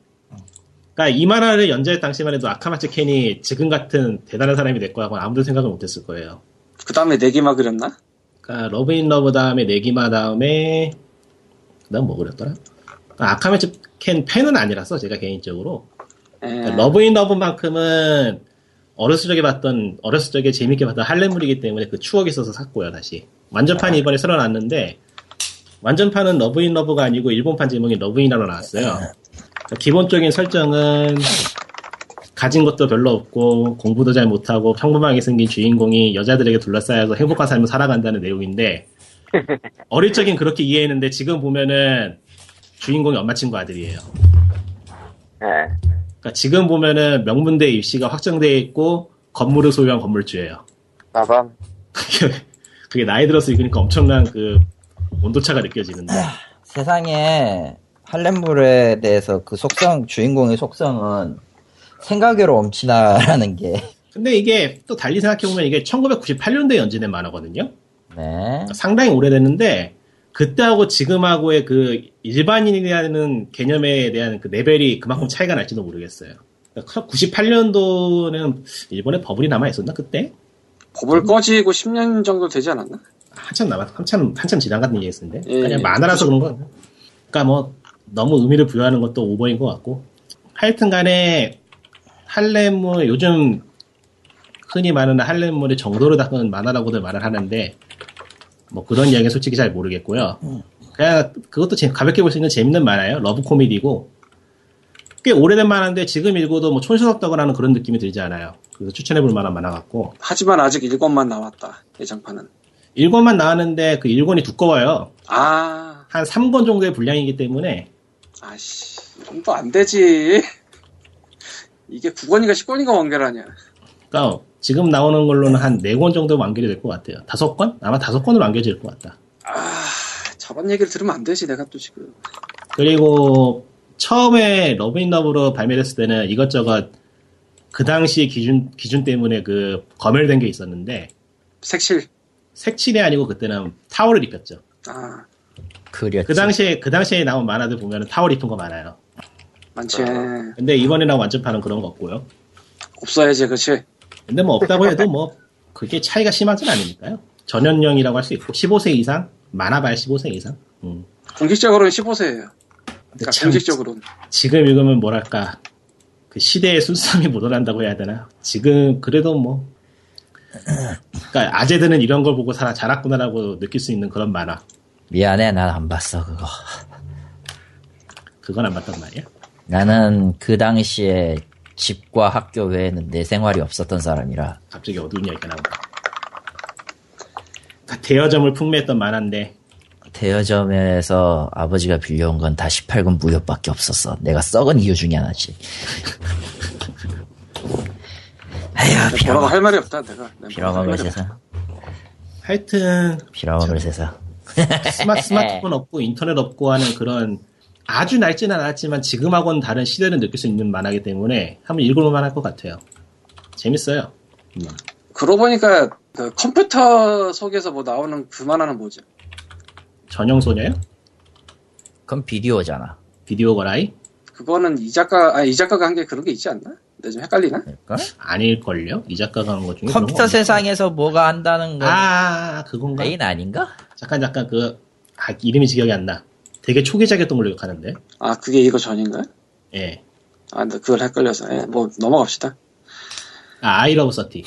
D: 그러니까 이 만화를 연재할 당시만 해도 아카마츠 켄이 지금 같은 대단한 사람이 될 거라고 아무도 생각을 못했을 거예요
B: 그 다음에 내기마 그렸나?
D: 그러니까 러브인 러브 다음에 내기마 다음에 그다음 뭐 그랬더라? 아, 아카메츠 캔 팬은 아니라서 제가 개인적으로
B: 에,
D: 그러니까 러브인 러브만큼은 어렸을 적에 봤던 어렸을 적에 재밌게 봤던 할렘물이기 때문에 그 추억이 있어서 샀고요 다시 완전판이 이번에 새로 나왔는데 완전판은 러브인 러브가 아니고 일본판 제목이 러브인이라고 나왔어요 그러니까 기본적인 설정은 가진 것도 별로 없고 공부도 잘 못하고 평범하게 생긴 주인공이 여자들에게 둘러싸여서 행복한 삶을 살아간다는 내용인데 어릴 적엔 그렇게 이해했는데 지금 보면은 주인공이 엄마 친구 아들이에요
A: 예.
D: 그러니까 지금 보면은 명문대 입시가 확정돼 있고 건물을 소유한 건물주예요. <laughs>
A: 빠밤.
D: 그게, 그게 나이 들어서 읽으니까 엄청난 그 온도차가 느껴지는데
E: 세상에 할렘물에 대해서 그 속성 주인공의 속성은 생각으로 엄친아라는
C: <laughs>
E: 게
D: 근데 이게 또 달리 생각해보면 이게 1998년도에 연재된 만화거든요. 그러니까
E: 네.
D: 상당히 오래됐는데 그때하고 지금하고의 그 일반인이라는 개념에 대한 그 레벨이 그만큼 차이가 날지도 모르겠어요. 98년도는 일본에 버블이 남아 있었나 그때?
B: 법을 꺼지고 10년 정도 되지 않았나?
D: 한참 남았, 한참, 한참 지난 같은 얘기였는데.
B: 예,
D: 그냥
B: 예.
D: 만화라서 그런 건. 그니까 뭐, 너무 의미를 부여하는 것도 오버인 것 같고. 하여튼 간에, 할렘물, 요즘 흔히 말하는 할렘물의 정도를 닦은 만화라고들 말을 하는데, 뭐 그런 이야기는 솔직히 잘 모르겠고요.
B: 음.
D: 그냥 그것도 재- 가볍게 볼 수 있는 재밌는 만화예요. 러브 코미디고. 꽤 오래된 만화인데 지금 읽어도 뭐 촌스럽다거나 하는 그런 느낌이 들지 않아요. 그래서 추천해 볼 만한 만화 같고.
B: 하지만 아직 1권만 나왔다 예장판은
D: 일권만 나왔는데 그 1권이 두꺼워요.
B: 아
D: 한 3권 정도의 분량이기 때문에
B: 아씨 이도안 되지 이게 9권인가 10권인가 완결하냐
D: 그러니까 지금 나오는 걸로는 한 4권 정도 완결이 될 것 같아요. 5권? 아마 5권으로 완결될 것 같다.
B: 아 저런 얘기를 들으면 안 되지 내가 또 지금
D: 그리고 처음에 러브인러브로 발매됐을 때는 이것저것 그 당시 기준 기준 때문에 그 검열된 게 있었는데
B: 색칠
D: 색칠이 아니고 그때는 타월을 입혔죠.
B: 아
C: 그렸지.
D: 그 당시에 그 당시에 나온 만화들 보면 타월 입힌 거 많아요.
B: 많지
D: 근데 이번에 나온 완전판은 그런 거 없고요.
B: 없어야지 그렇지
D: 근데 뭐 없다고 해도 뭐 그게 차이가 심하진 않으니까요. 전연령이라고 할 수 있고 15세 이상 만화발 15세 이상. 음.
B: 공식적으로는 15세예요
D: 근데
B: 그러니까
D: 참
B: 공식적으로는
D: 지금 읽으면 뭐랄까 그 시대의 순수함이 묻어난다고 해야 되나? 지금 그래도 뭐 그러니까 아재들은 이런 걸 보고 살아 자랐구나라고 느낄 수 있는 그런 만화.
C: 미안해, 난 안 봤어, 그거.
D: 그건 안 맞단 말이야.
C: 나는 그 당시에 집과 학교 외에는 내 생활이 없었던 사람이라.
D: 갑자기 어두운 이야기가 나온다. 그러니까 대여점을 풍미했던 만화인데
C: 대여점에서 아버지가 빌려온 건 다 18금 무협밖에 없었어. 내가 썩은 이유 중에 하나지. 에휴,
B: 뭐라고
C: 빌어먹,
B: 할 말이 없다 내가 내가 뭐라고 할
C: 빌어먹을
B: 말이
C: 세상.
D: 하여튼
C: 빌어먹을 세상. 예.
D: 스마, 스마트폰 없고 인터넷 없고 하는 그런 아주 낡진 않았지만 지금하고는 다른 시대를 느낄 수 있는 만화이기 때문에 한번 읽어볼만 할 것 같아요. 재밌어요.
B: 그러고 보니까 그 컴퓨터 속에서 뭐 나오는 그 만화는 뭐죠?
D: 전형 소녀요?
C: 그건 비디오잖아.
D: 비디오 거라이?
B: 그거는 이 작가 아이 작가가 한 게 그런 게 있지 않나? 내가 좀 헷갈리나?
C: 그러니까
D: 아닐걸요? 이 작가가 한 것 중에. 그런 거
C: 컴퓨터
D: 없나?
C: 세상에서 뭐가 한다는 건
D: 아, 그건가?
C: 메인 아닌가?
D: 잠깐, 잠깐, 그, 아, 이름이 기억이 안 나. 되게 초기작이었던 걸로 기억하는데.
B: 아 그게 이거 전인가요?
D: 예.
B: 아, 나 그걸 헷갈려서. 예, 뭐, 넘어갑시다.
D: 아, 아이 러브 서티.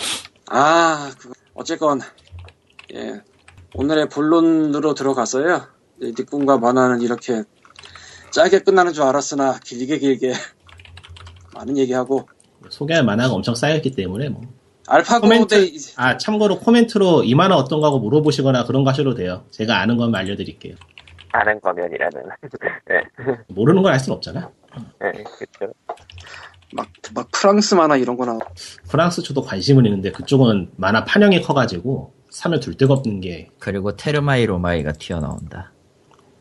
B: 아, 그거. 어쨌건, 예. 오늘의 본론으로 들어갔어요. 예, 닉군과 만화는 이렇게 짧게 끝나는 줄 알았으나 길게 길게 <laughs> 많은 얘기하고,
D: 소개할 만화가 엄청 쌓였기 때문에 뭐.
B: 알파고
D: 코멘트.
B: 대, 이-
D: 아, 참고로 코멘트로 이 만화 어떤 거하고 물어보시거나 그런 거 하셔도 돼요. 제가 아는 거면 알려드릴게요.
A: 아는 거면이라는. <laughs> 예,
D: 모르는 걸 알 순 없잖아.
A: 예, 그쵸.
B: 막, 막 프랑스 만화 이런 거나,
D: 프랑스 저도 관심은 있는데 그쪽은 만화 판형이 커가지고 사면 둘 데가 없는 게
C: 그리고 테르마이 로마이가 튀어나온다.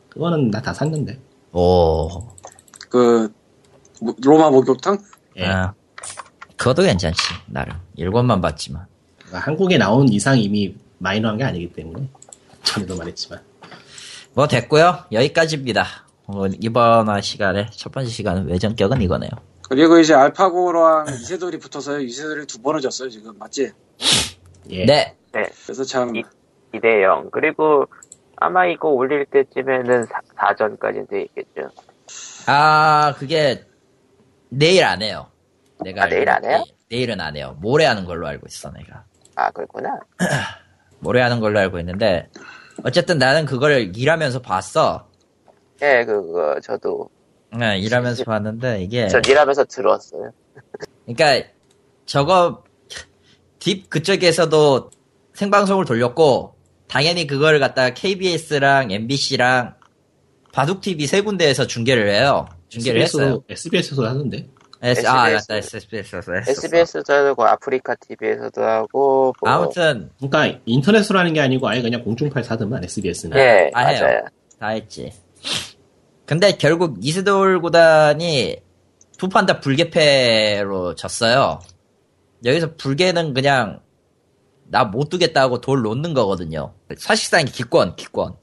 D: 그거는 나 다 샀는데.
C: 오,
B: 그, 뭐, 로마 목욕탕?
D: 예.
C: 아, 그것도 괜찮지 나름 일권만 봤지만
D: 그러니까 한국에 나온 이상 이미 마이너한 게 아니기 때문에 전에도 말했지만
C: 뭐 됐고요 여기까지입니다. 오늘 이번 화 시간에 첫 번째 시간은 외전격은 이거네요.
B: 그리고 이제 알파고랑 이세돌이 붙어서요. 이세돌이 두 번을 졌어요, 지금. 맞지?
D: 예.
C: 네,
A: 네,
B: 그래서 참,
A: 이- 2대0. 그리고 아마 이거 올릴 때쯤에는 4전까지는 돼 있겠죠.
C: 아 그게 내일 안 해요. 내가 네,
A: 아, 내일 안 해요?
C: 내, 일은안 해요. 모레 하는 걸로 알고 있어 내가.
A: 아, 그렇구나.
C: 모레 하는 걸로 알고 있는데 어쨌든 나는 그걸 일하면서 봤어.
A: 예, 그거, 저도.
C: 네, 일하면서 봤는데 이게
A: 전 일하면서 들었어요.
C: 그러니까 저거 딥 그쪽에서도 생방송을 돌렸고 당연히 그걸 갖다가 KBS랑 MBC랑 바둑 TV 세 군데에서 중계를 해요. 중계를 했어요.
D: SBS도, SBS도 하던데.
C: S, 아,
A: SBS.
C: 맞다. SBS에서 했어.
A: SBS도 하고, 아프리카 TV에서도 하고, 뭐-
C: 아무튼
D: 그러니까 인터넷으로 하는 게 아니고 아예 그냥 공중파에 사든만 SBS는.
A: 예,
C: 다 해요.
A: 맞아요.
C: 다 했지. 근데 결국 이스돌 구단이 두 판 다 불개패로 졌어요. 여기서 불개는 그냥 나 못 두겠다 하고 돌 놓는 거거든요. 사실상 기권, 기권.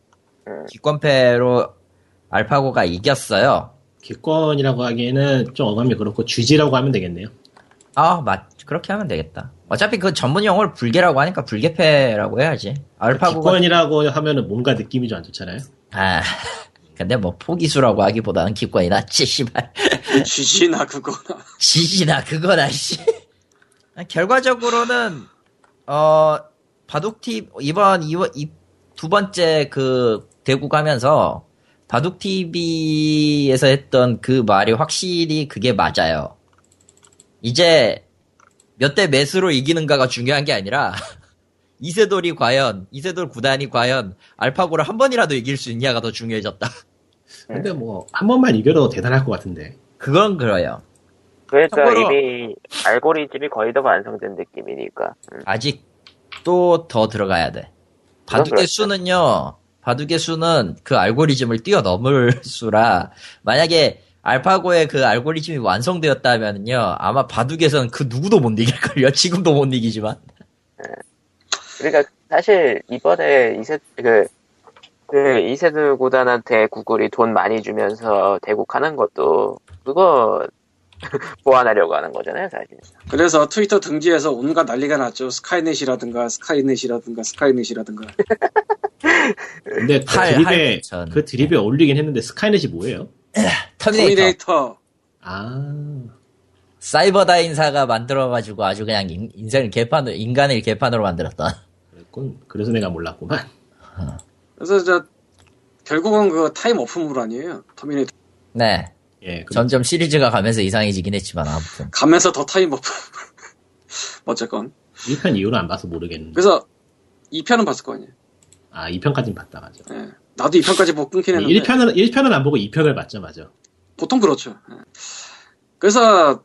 A: 음.
C: 기권패로 알파고가 이겼어요.
D: 기권이라고 하기에는 좀 어감이 그렇고 쥐지라고 하면 되겠네요.
C: 아, 맞. 그렇게 하면 되겠다. 어차피 그 전문 용어를 불개라고 하니까 불개패라고 해야지. 알파고가
D: 기권이라고 하면은 뭔가 느낌이 좀 안 좋잖아요.
C: 아. <laughs> 근데 뭐 포기수라고 하기보다는 기권이 낫지, 씨발.
B: 그 <laughs> 쥐지나 그거나.
C: 지지나 그거나 씨. 결과적으로는 어 바둑팁 이번 이번 이, 두 번째 그 대구 가면서 바둑 TV에서 했던 그 말이 확실히 그게 맞아요. 이제 몇 대 몇으로 이기는가가 중요한 게 아니라 <laughs> 이세돌이 과연 이세돌 구단이 과연 알파고를 한 번이라도 이길 수 있냐가 더 중요해졌다. <laughs>
D: 근데
C: 네.
D: 뭐 한 번만 이겨도 대단할 것 같은데.
C: 그건 그래요.
A: 그러니까
C: 참고로-
A: 이미 알고리즘이 거의 다 완성된 느낌이니까. 음.
C: 아직도 더 들어가야 돼. 바둑의
A: 그렇죠.
C: 수는요, 바둑의 수는 그 알고리즘을 뛰어넘을 수라, 만약에 알파고의 그 알고리즘이 완성되었다면요, 아마 바둑에서는 그 누구도 못 이길걸요? <laughs> 지금도 못 이기지만.
A: 그러니까 사실 이번에 이세 그, 그 이세돌 고단한테 구글이 돈 많이 주면서 대국하는 것도 그거 <laughs> 보완하려고 하는 거잖아요 사실.
B: 그래서 트위터 등지에서 온갖 난리가 났죠. 스카이넷이라든가 스카이넷이라든가 스카이넷이라든가.
D: 근데 그
C: 할-
D: 드립에
C: 할 전.
D: 그 드립에 올리긴 했는데 스카이넷이 뭐예요?
C: 터미네이터,
B: 터미네이터.
D: 아
C: 사이버다인사가 만들어가지고 아주 그냥 인, 인생을 개판으로, 인간을 개판으로 만들었던.
D: 그랬군. 그래서 내가 몰랐구만.
B: 그래서 저 결국은 그 타임 오프물 아니에요. 터미네이터.
C: 네.
D: 예,
A: 그렇죠.
D: 그
C: 점점 시리즈가 가면서 이상해지긴 했지만, 아무튼.
B: 가면서 더 타임 오프. <laughs> 어쨌건.
D: 1편 이후로 안 봐서 모르겠는데.
B: 그래서 2편은 봤을 거 아니에요.
D: 아 2편까진 봤다 맞아.
B: 예. 나도 2편까지 못
C: 네,
B: 끊긴 했는데.
D: 1편은 1편은 안 보고 2편을 봤죠 맞아.
B: 보통 그렇죠. 예. 그래서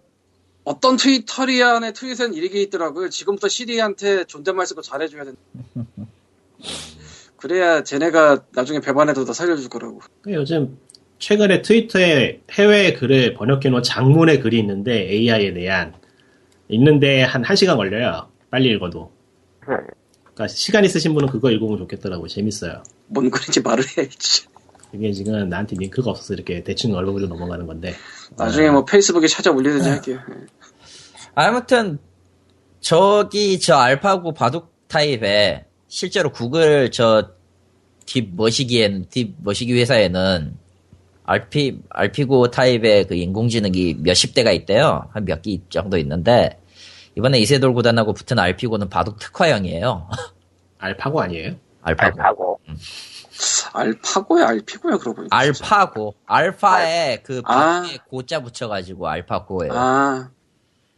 B: 어떤 트위터리안의 트윗엔 이렇게 있더라고요. 지금부터 시리한테 존댓말 쓰고 잘해줘야
C: <laughs>
B: 된다. 그래야 쟤네가 나중에 배반해도 다 살려줄 거라고.
D: 그 요즘 최근에 트위터에 해외 글을 번역해 놓은 장문의 글이 있는데 AI에 대한 있는데 한 1시간 걸려요. 빨리 읽어도. 그러니까 시간 있으신 분은 그거 읽으면 좋겠더라고. 재밌어요.
B: 뭔 글인지 말을 해야지.
D: 이게 지금 나한테 링크가 없어서 이렇게 대충 얼굴로 넘어가는 건데.
B: 나중에 뭐 페이스북에 찾아 올리든지 할게요. 예.
C: 아무튼 저기 저 알파고 바둑 타입에 실제로 구글 저딥 머시기엔 딥 머시기 회사에는 알피 알피고 타입의 그 인공지능이 몇십 대가 있대요 한 몇 기 정도 있는데 이번에 이세돌 구단하고 붙은 알피고는 바둑 특화형이에요 <laughs>
D: 알파고 아니에요?
C: 알파고
A: 알파고.
B: 알파고야 알피고야 그러고 보니까.
C: 알파고 알파에 그
B: 아.
C: 바둑에 고자 붙여가지고 알파고예요
B: 아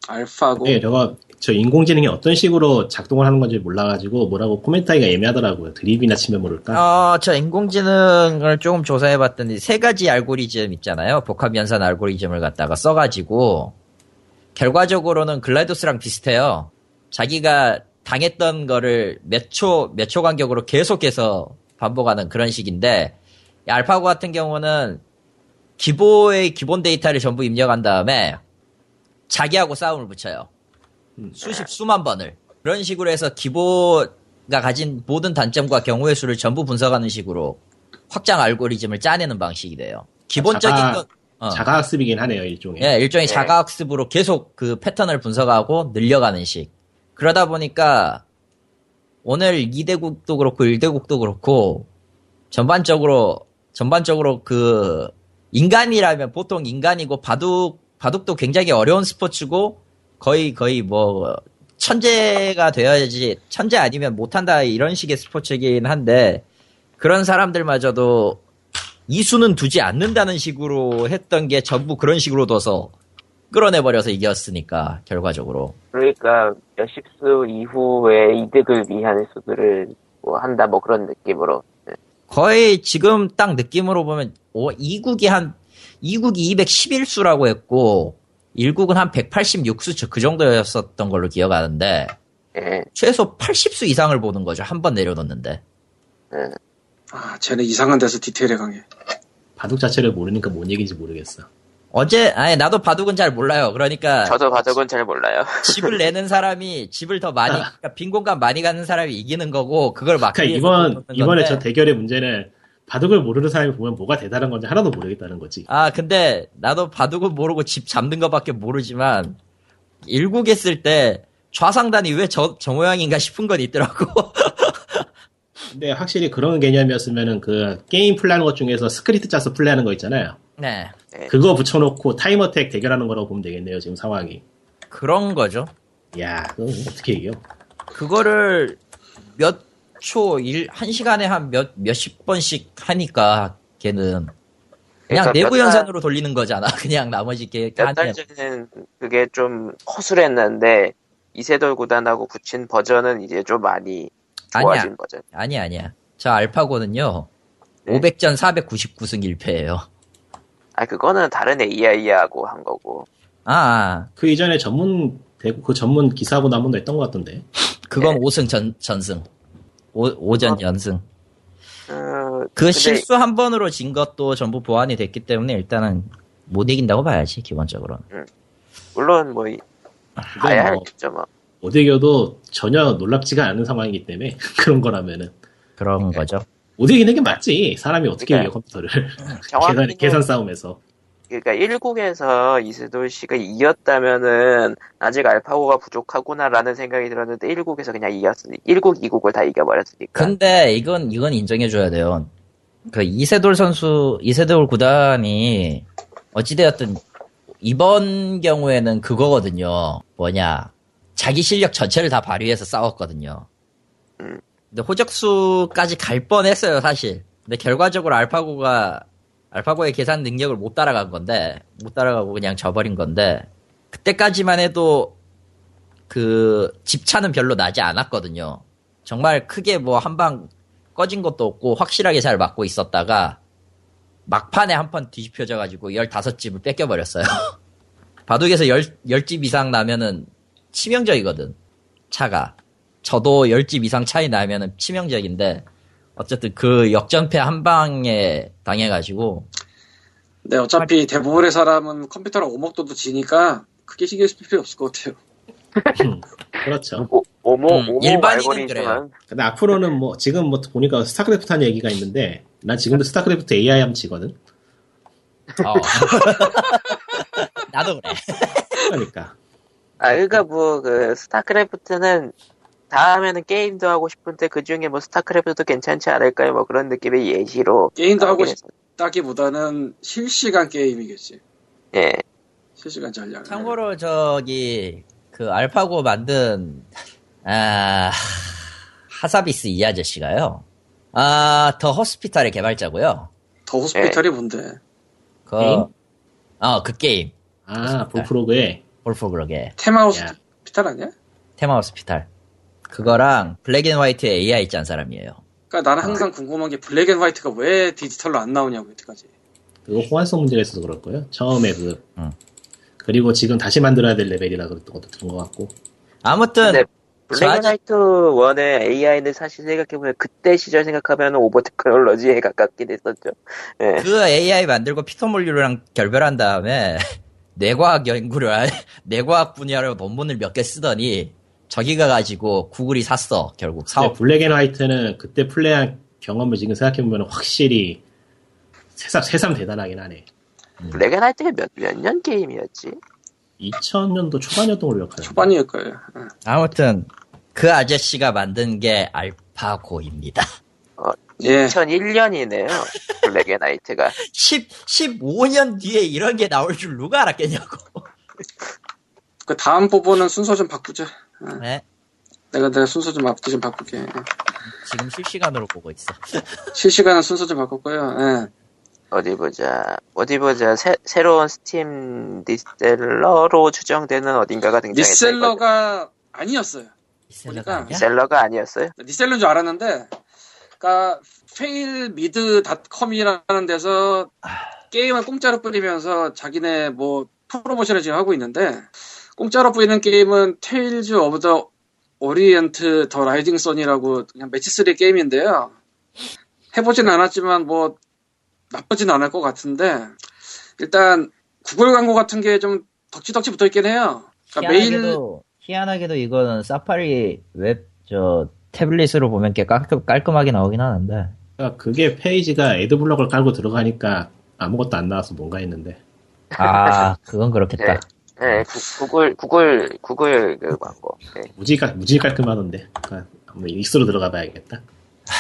B: 알파고.
D: 네, 저거 저 인공지능이 어떤 식으로 작동을 하는 건지 몰라가지고 뭐라고 코멘트하기가 애매하더라고요. 드립이나 치면 모를까.
C: 어, 저 인공지능을 조금 조사해봤더니 세 가지 알고리즘 있잖아요. 복합 연산 알고리즘을 갖다가 써가지고 결과적으로는 글라이도스랑 비슷해요. 자기가 당했던 거를 몇 초, 몇 초 간격으로 계속해서 반복하는 그런 식인데 이 알파고 같은 경우는 기보의 기본 데이터를 전부 입력한 다음에 자기하고 싸움을 붙여요. 수십 수만 번을 그런 식으로 해서 기보가 가진 모든 단점과 경우의 수를 전부 분석하는 식으로 확장 알고리즘을 짜내는 방식이 돼요. 기본적인
D: 자가-
C: 건 어.
D: 자가학습이긴 하네요, 일종의.
C: 예, 일종의
A: 네.
C: 자가학습으로 계속 그 패턴을 분석하고 늘려가는 식. 그러다 보니까 오늘 2대국도 그렇고 1대국도 그렇고 전반적으로 전반적으로 그 인간이라면 보통 인간이고 바둑 바둑도 굉장히 어려운 스포츠고 거의 거의 뭐 천재가 되어야지 천재 아니면 못한다 이런 식의 스포츠이긴 한데 그런 사람들마저도 이수는 두지 않는다는 식으로 했던 게 전부 그런 식으로 둬서 끌어내버려서 이겼으니까 결과적으로
A: 그러니까 몇십 수 이후에 이득을 위한 수들을 뭐 한다 뭐 그런 느낌으로. 예.
C: 거의 지금 딱 느낌으로 보면 오, 2국이 한 2국이 211수라고 했고 1국은 한 186수 그 정도였었던 걸로 기억하는데
A: 예.
C: 최소 80수 이상을 보는 거죠 한 번 내려놓는데
B: 아 쟤네 이상한 데서 디테일에 강해.
D: 바둑 자체를 모르니까 뭔 얘기인지 모르겠어.
C: 어제 아니 나도 바둑은 잘 몰라요 그러니까
A: 저도 바둑은 잘 몰라요.
C: 집을 내는 사람이 집을 더 많이 그러니까 빈 공간 많이 가는 사람이 이기는 거고 아, 그걸 막기
D: 그러니까
C: 위해서
D: 이번
C: 붙는
D: 이번에
C: 건데.
D: 저 대결의 문제는 바둑을 모르는 사람이 보면 뭐가 대단한 건지 하나도 모르겠다는 거지.
C: 아, 근데 나도 바둑은 모르고 집 잡는 것밖에 모르지만 일국 했을 때 좌상단이 왜 저 모양인가 싶은 건 있더라고. <laughs>
D: 근데 확실히 그런 개념이었으면은 그 게임 플레이하는 것 중에서 스크립트 짜서 플레이하는 거 있잖아요.
C: 네.
D: 그거 붙여놓고 타이머택 대결하는 거라고 보면 되겠네요. 지금 상황이.
C: 그런 거죠.
D: 야, 그거 어떻게 이겨?
C: 그거를 몇 초, 일, 한 시간에 한 몇, 몇십 번씩 하니까 걔는 그냥
A: 그러니까 몇
C: 내부
A: 달-
C: 연산으로 돌리는 거잖아. <laughs> 그냥 나머지 게
A: 몇 달
C: 하는-
A: 전에는 그게 좀 허술했는데 이세돌 구단하고 붙인 버전은 이제 좀 많이 좋아진
C: 아니야.
A: 버전.
C: 아니야, 아니야. 저 알파고는요.
A: 네.
C: 500전 499승 1패예요.
A: 아 그거는 다른 AI하고 한 거고.
C: 아, 아,
D: 그 이전에 전문 대구 그 전문 기사보다 한번더 했던 것 같던데.
C: 그건
A: 네.
C: 5승 전, 전승. 오, 5전 연승.
A: 어,
C: 그
A: 아, 근데
C: 실수 한 번으로 진 것도 전부 보완이 됐기 때문에 일단은 못 이긴다고 봐야지, 기본적으로는.
A: 물론 뭐 이-
D: 근데
A: 봐야
D: 뭐
A: 할겠죠 뭐.
D: 못 이겨도 전혀 놀랍지가 않은 상황이기 때문에 <laughs> 그런 거라면은
C: 그런 거죠.
D: 못 이기는 게 맞지. 사람이 어떻게
A: 그러니까. 뭐.
D: 이겨 컴퓨터를 <laughs> 계산
A: 정확히는
D: 계산 싸움에서.
A: 그러니까 1국에서 이세돌 씨가 이겼다면은 아직 알파고가 부족하구나라는 생각이 들었는데 1국에서 그냥 이겼으니 1국, 2국을 다 이겨버렸으니까.
C: 근데 이건, 이건 인정해줘야 돼요. 그 이세돌 선수, 이세돌 구단이 어찌되었든 이번 경우에는 그거거든요. 뭐냐. 자기 실력 전체를 다 발휘해서 싸웠거든요. 근데 호적수까지 갈 뻔했어요, 사실. 근데 결과적으로 알파고가 알파고의 계산 능력을 못 따라간 건데 못 따라가고 그냥 져버린 건데 그때까지만 해도 그 집차는 별로 나지 않았거든요. 정말 크게 뭐 한 방 꺼진 것도 없고 확실하게 잘 맞고 있었다가 막판에 한 판 뒤집혀져가지고 15집을 뺏겨버렸어요. <laughs> 바둑에서 10, 10집 이상 나면은 치명적이거든. 차가. 저도 10집 이상 차이 나면은 치명적인데 어쨌든 그 역전패 한 방에 당해가지고
B: 근데 네, 어차피 대부분의 사람은 컴퓨터랑 오목도도 지니까 크게 신경 쓸 필요 없을 것 같아요.
D: 그렇죠.
A: 오, 오모,
C: 음,
A: 오모
C: 일반인은
A: 알고리즘은
D: 근데 앞으로는 뭐 지금 뭐 보니까 스타크래프트 한 얘기가 있는데 난 지금도 스타크래프트 AI 하면 지거든.
C: 어. 나도 그래.
D: 그러니까
A: 아 그러니까 뭐 그 스타크래프트는 다음에는 게임도 하고 싶은데 그 중에 뭐 스타크래프트도 괜찮지 않을까요? 뭐 그런 느낌의 예시로
B: 게임도 하고
A: 나오긴 했어요.
B: 싶다기보다는 실시간 게임이겠지.
A: 예.
B: 실시간 전략.
C: 참고로 저기 그 알파고 만든 아 하사비스 이 아저씨가요. 아, 더 호스피탈의 개발자고요.
B: 더 호스피탈이 뭔데?
C: 그
D: 게임?
C: 어, 그 게임.
D: 아 볼프로그에
C: 볼프그럭의
B: 테마
D: 야.
B: 호스피탈 아니야?
C: 테마 호스피탈. 그거랑 블랙 앤 화이트 AI 짠 사람이에요.
B: 그러니까 나는 항상 궁금한 게 블랙 앤 화이트가 왜 디지털로 안 나오냐고 여태까지.
D: 그거 호환성 문제가 있어서 그럴 거예요. 처음에 그
C: 응.
D: 그리고 지금 다시 만들어야 될 레벨이라 그랬던 것도 들은 것 같고
C: 아무튼
D: 네.
A: 근데
C: 저 아직-
A: 블랙라이트 1의 AI는 사실 생각해보면 그때 시절 생각하면 오버 테크놀로지에 가깝긴 했었죠. 예.
C: 그 AI 만들고 피터몰류랑 결별한 다음에 <laughs> 뇌과학 연구를 할- 뇌과학 분야로 논문을 몇 개 쓰더니 저기가 가지고 구글이 샀어 결국
D: 근데
C: 사업
D: 블랙 앤 화이트는 그때 플레이한 경험을 지금 생각해보면 확실히 새삼, 새삼 대단하긴 하네.
A: 블랙라이트가 몇, 몇 년 게임이었지?
D: 2000년도 초반이었던 걸로 기억하는데
B: 초반일 거예요. 응.
C: 아무튼 그 아저씨가 만든 게 알파고입니다 <laughs>
B: 예.
A: 2001년이네요. 블랙라이트가.
C: 10, 15년 뒤에 이런 게 나올 줄 누가 알았겠냐고 <laughs>
B: 그 다음 부분은 순서 좀 바꾸자.
C: 네,
B: 내가 내 순서 좀 앞뒤 좀 바꿀게. 예.
C: 지금 실시간으로 보고 있어
B: 실시간은 순서 좀 바꿨고요. 예.
A: 어디 보자. 어디 보자. 새, 새로운 스팀 리셀러로 추정되는 어딘가가 등장했다.
B: 리셀러가 아니었어요.
A: 이거죠.
B: 그러니까
C: 리셀러가 아니야?
A: 리셀러가 아니었어요?
B: 리셀러인 줄 알았는데, 그러니까 그니까, failmid.com이라는 데서 게임을 공짜로 뿌리면서 자기네 뭐, 프로모션을 지금 하고 있는데, 공짜로 뿌리는 게임은 Tales of the Orient The Rising Sun이라고 그냥 매치3 게임인데요. 해보진 않았지만 뭐, 나쁘진 않을 것 같은데, 일단, 구글 광고 같은 게 좀 덕지덕지 붙어 있긴 해요. 그러니까 매일,
C: 희한하게도 희한하게도 이거는 사파리 웹 저 태블릿으로 보면 꽤 깔끔, 깔끔하게 나오긴 하는데
D: 그러니까 그게 페이지가 애드블럭을 깔고 들어가니까 아무것도 안 나와서 뭔가 했는데
B: <laughs>
C: 아, 그건 그렇겠다. <laughs>
A: 네. 네, 구, 글 구글, 구글 그 광고. 네.
D: 무지, 깔, 무지 깔끔하던데 그러니까 아마 익스로 들어가 봐야겠다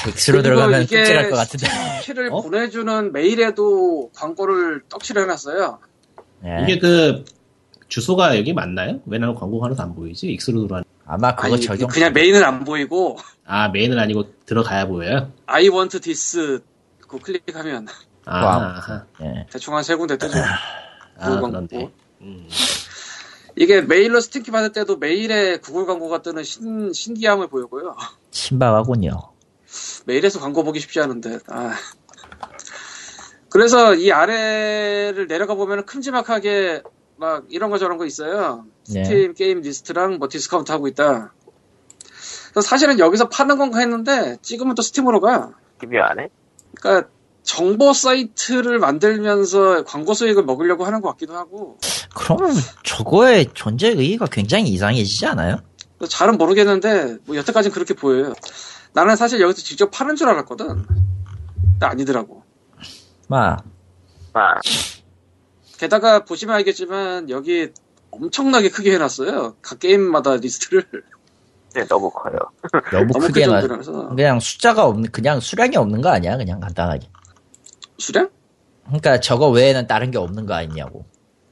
C: 익스로
B: 그리고
C: 들어가면
B: 이게
C: 끔찍할 것 같은데.
B: 키를
D: 어?
B: 보내주는 메일에도 광고를 떡칠해 놨어요.
C: 네.
D: 이게 그 주소가 여기 맞나요? 왜 나는 광고가 하나도 안 보이지? 익스로 들어가
C: 아마 그거
B: 아니,
C: 적용.
B: 그냥 메일은 안 보이고
D: 아 메인은 아니고 들어가야 보여요?
B: I want this 그 클릭하면
D: 아,
C: 와.
D: 아하.
C: 예.
B: 대충 한 세 군데 뜨죠.
D: 아
B: 그건
D: 그런데
B: 뭐.
D: 음.
B: 이게 메일로 스팅키 받을 때도 메일에 구글 광고가 뜨는 신, 신기함을 보이고요.
C: 신박하군요.
B: 메일에서 광고 보기 쉽지 않은데. 아. 그래서 이 아래를 내려가 보면 큼지막하게 막 이런 거 저런 거 있어요.
C: 네.
B: 스팀 게임 리스트랑 뭐 디스카운트 하고 있다. 그래서 사실은 여기서 파는 건가 했는데 찍으면 또 스팀으로 가.
A: 기묘하네.
B: 그러니까 정보 사이트를 만들면서 광고 수익을 먹으려고 하는 것 같기도 하고
C: 그럼 저거의 존재 의의가 굉장히 이상해지지 않아요?
B: 그래서 잘은 모르겠는데 뭐 여태까지는 그렇게 보여요. 나는 사실 여기서 직접 파는 줄 알았거든. 근데 아니더라고.
C: 마,
A: 아,
B: 게다가 보시면 알겠지만 여기 엄청나게 크게 해놨어요. 각 게임마다 리스트를
A: 네, 너무 커요.
B: 너무
C: 너무 뭐 크게
B: 크게
C: 나.
B: 만들어서
C: 그냥 숫자가 없는, 그냥 수량이 없는 거 아니야? 그냥 간단하게.
B: 수량?
C: 그러니까 저거 외에는 다른 게 없는 거 아니냐고.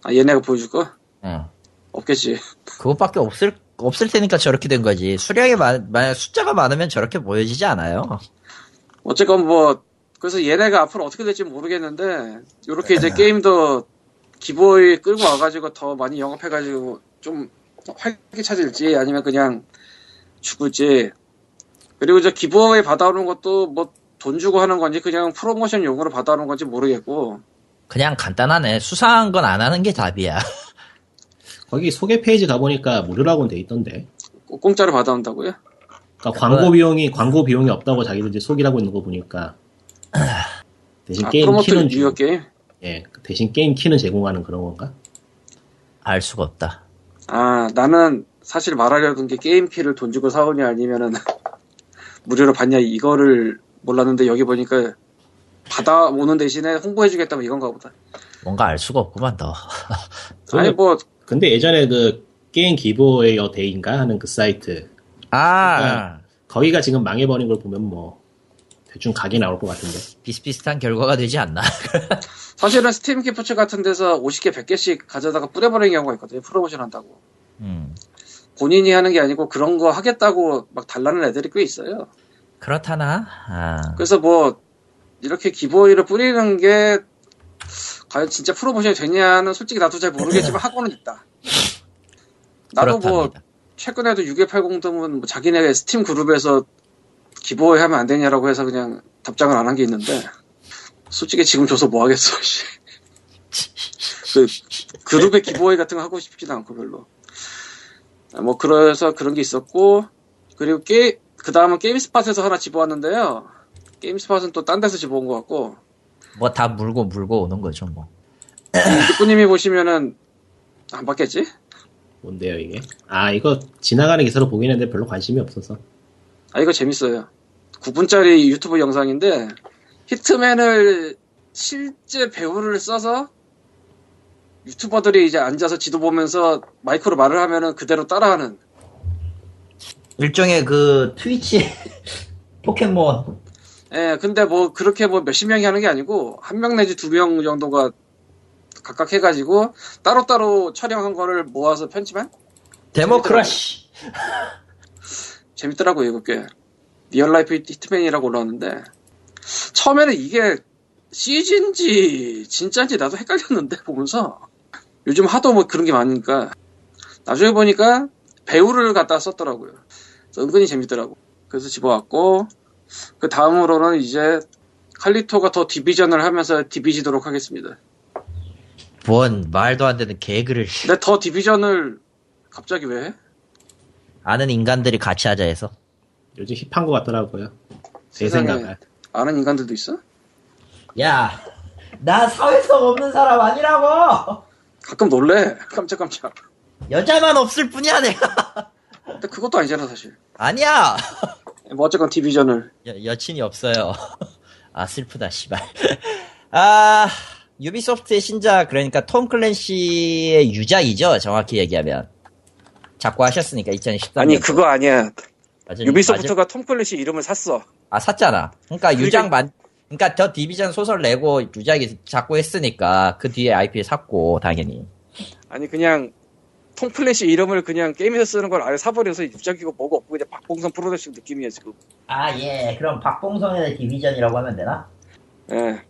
B: 아 얘네가 보여줄 거
C: 응.
B: 없겠지.
C: 그것밖에 없을 없을 테니까 저렇게 된 거지. 수량이 많, 만약 숫자가 많으면 저렇게 보여지지 않아요.
B: 어쨌건 뭐 그래서 얘네가 앞으로 어떻게 될지 모르겠는데 이렇게 이제 게임도 기보이 끌고 와가지고 더 많이 영업해가지고 좀 활기 찾을지 아니면 그냥 죽을지 그리고 저 기보에 받아오는 것도 뭐 돈 주고 하는 건지 그냥 프로모션 용으로 받아오는 건지 모르겠고
C: 그냥 간단하네. 수상한 건 안 하는 게 답이야. <laughs>
D: 거기 소개 페이지 가보니까 무료라고는 돼 있던데
B: 꼭 공짜로 받아온다고요?
D: 그러니까 광고 비용이
B: <clears throat>
D: 광고 비용이 없다고 자기들이 속이라고 있는 거 보니까 대신
B: 아
D: 게임
B: 프로모트
D: 키는
B: 유료
D: 주고
B: 게임?
D: 예, 대신 게임 키는 제공하는 그런 건가?
C: 알 수가 없다.
B: 아, 나는 사실 말하려던 게 게임키를 돈 주고 사오냐 아니면은 <laughs> 무료로 받냐 이거를 몰랐는데 여기 보니까 받아오는 대신에 홍보해주겠다 뭐 이건가 보다.
C: 뭔가 알 수가 없구만 너.
B: 아니 뭐
D: 근데 예전에 그 게임 기보의 여대인가 하는 그 사이트
C: 아
D: 거기가 지금 망해버린 걸 보면 뭐 대충 각이 나올 것 같은데
C: 비슷비슷한 결과가 되지 않나?
B: 사실은 스팀 기프츠 같은 데서 50개 100개씩 가져다가 뿌려버리는 경우가 있거든요. 프로모션 한다고.
C: 음.
B: 본인이 하는 게 아니고 그런 거 하겠다고 막 달라는 애들이 꽤 있어요.
C: 그렇다나? 아,
B: 그래서 뭐 이렇게 기보이를 뿌리는 게 과연 진짜 프로모션이 되냐는 솔직히 나도 잘
C: <laughs>
B: 모르겠지만 하고는 있다. 나도 뭐
C: 그렇답니다.
B: 최근에도 6180 등은 뭐 자기네 스팀 그룹에서 기보이 하면 안 되냐라고 해서 그냥 답장을 안 한 게 있는데 솔직히 지금 줘서 뭐 하겠어. <laughs> 씨. 그 그룹의 기보이 같은 거 하고 싶지도 않고 별로. 아, 뭐 그래서 그런 게 있었고 그리고 게 그 다음은 게임스팟에서 하나 집어왔는데요. 게임스팟은 또 딴 데서 집어온 것 같고 <clears throat>
C: 뭐 다 물고 물고 오는 거죠 뭐.
B: 그 꾸님이 보시면은 안 받겠지?
D: 뭔데요 이게? 아 이거 지나가는 기사로 보긴 했는데 별로 관심이 없어서
B: 아 이거 재밌어요. 9분짜리 유튜브 영상인데 히트맨을 실제 배우를 써서 유튜버들이 이제 앉아서 지도 보면서 마이크로 말을 하면은 그대로 따라하는
C: 일종의 그 트위치 <laughs> 포켓몬
B: 예, 근데 뭐 그렇게 뭐 몇십 명이 하는 게 아니고 한 명 내지 두 명 정도가 각각 해가지고 따로따로 촬영한 거를 모아서 편집한?
C: 데모크러쉬.
B: 재밌더라고요, 이거 꽤. 리얼라이프 히트맨이라고 올라왔는데 처음에는 이게 CG인지 진짜인지 나도 헷갈렸는데 <laughs> 보면서 요즘 하도 뭐 그런 게 많으니까 나중에 보니까 배우를 갖다 썼더라고요. 그래서 은근히 재밌더라고. 그래서 집어왔고 그 다음으로는 이제 칼리토가 더 디비전을 하면서 디비지도록 하겠습니다.
C: 뭔 말도 안 되는 개그를
B: 근데 더 디비전을 갑자기 왜 해?
C: 아는 인간들이 같이 하자 해서
D: 요즘 힙한 것 같더라고요. 제
B: 세상에.
D: 생각에
B: 아는 인간들도 있어?
C: 야 나 사회성 없는 사람 아니라고
B: 가끔 놀래. <laughs> 깜짝깜짝.
C: 여자만 없을 뿐이야 내가 <laughs>
B: 근데 그것도 아니잖아 사실.
C: 아니야
B: 뭐 어쨌건 디비전을
C: 여, 여친이 없어요. <laughs> 아 슬프다 씨발. <laughs> 아 유비소프트의 신작 그러니까 톰 클랜시의 유작이죠 정확히 얘기하면 작고 하셨으니까 2013년
B: 아니 예, 그거 아니야. 유비소프트가 톰 클래시 이름을 샀어.
C: 아 샀잖아. 그러니까 유작 만 그러니까 더 디비전 소설 내고 유작이 작고 했으니까 그 뒤에 IP 샀고 당연히
B: 아니 그냥 톰 클래시 이름을 그냥 게임에서 쓰는 걸 아예 사버려서 입장기고 뭐고 없고 그냥 박봉선 프로덕션 느낌이야 지금.
C: 아 예 그럼 박봉성의 디비전이라고 하면 되나?
B: 예.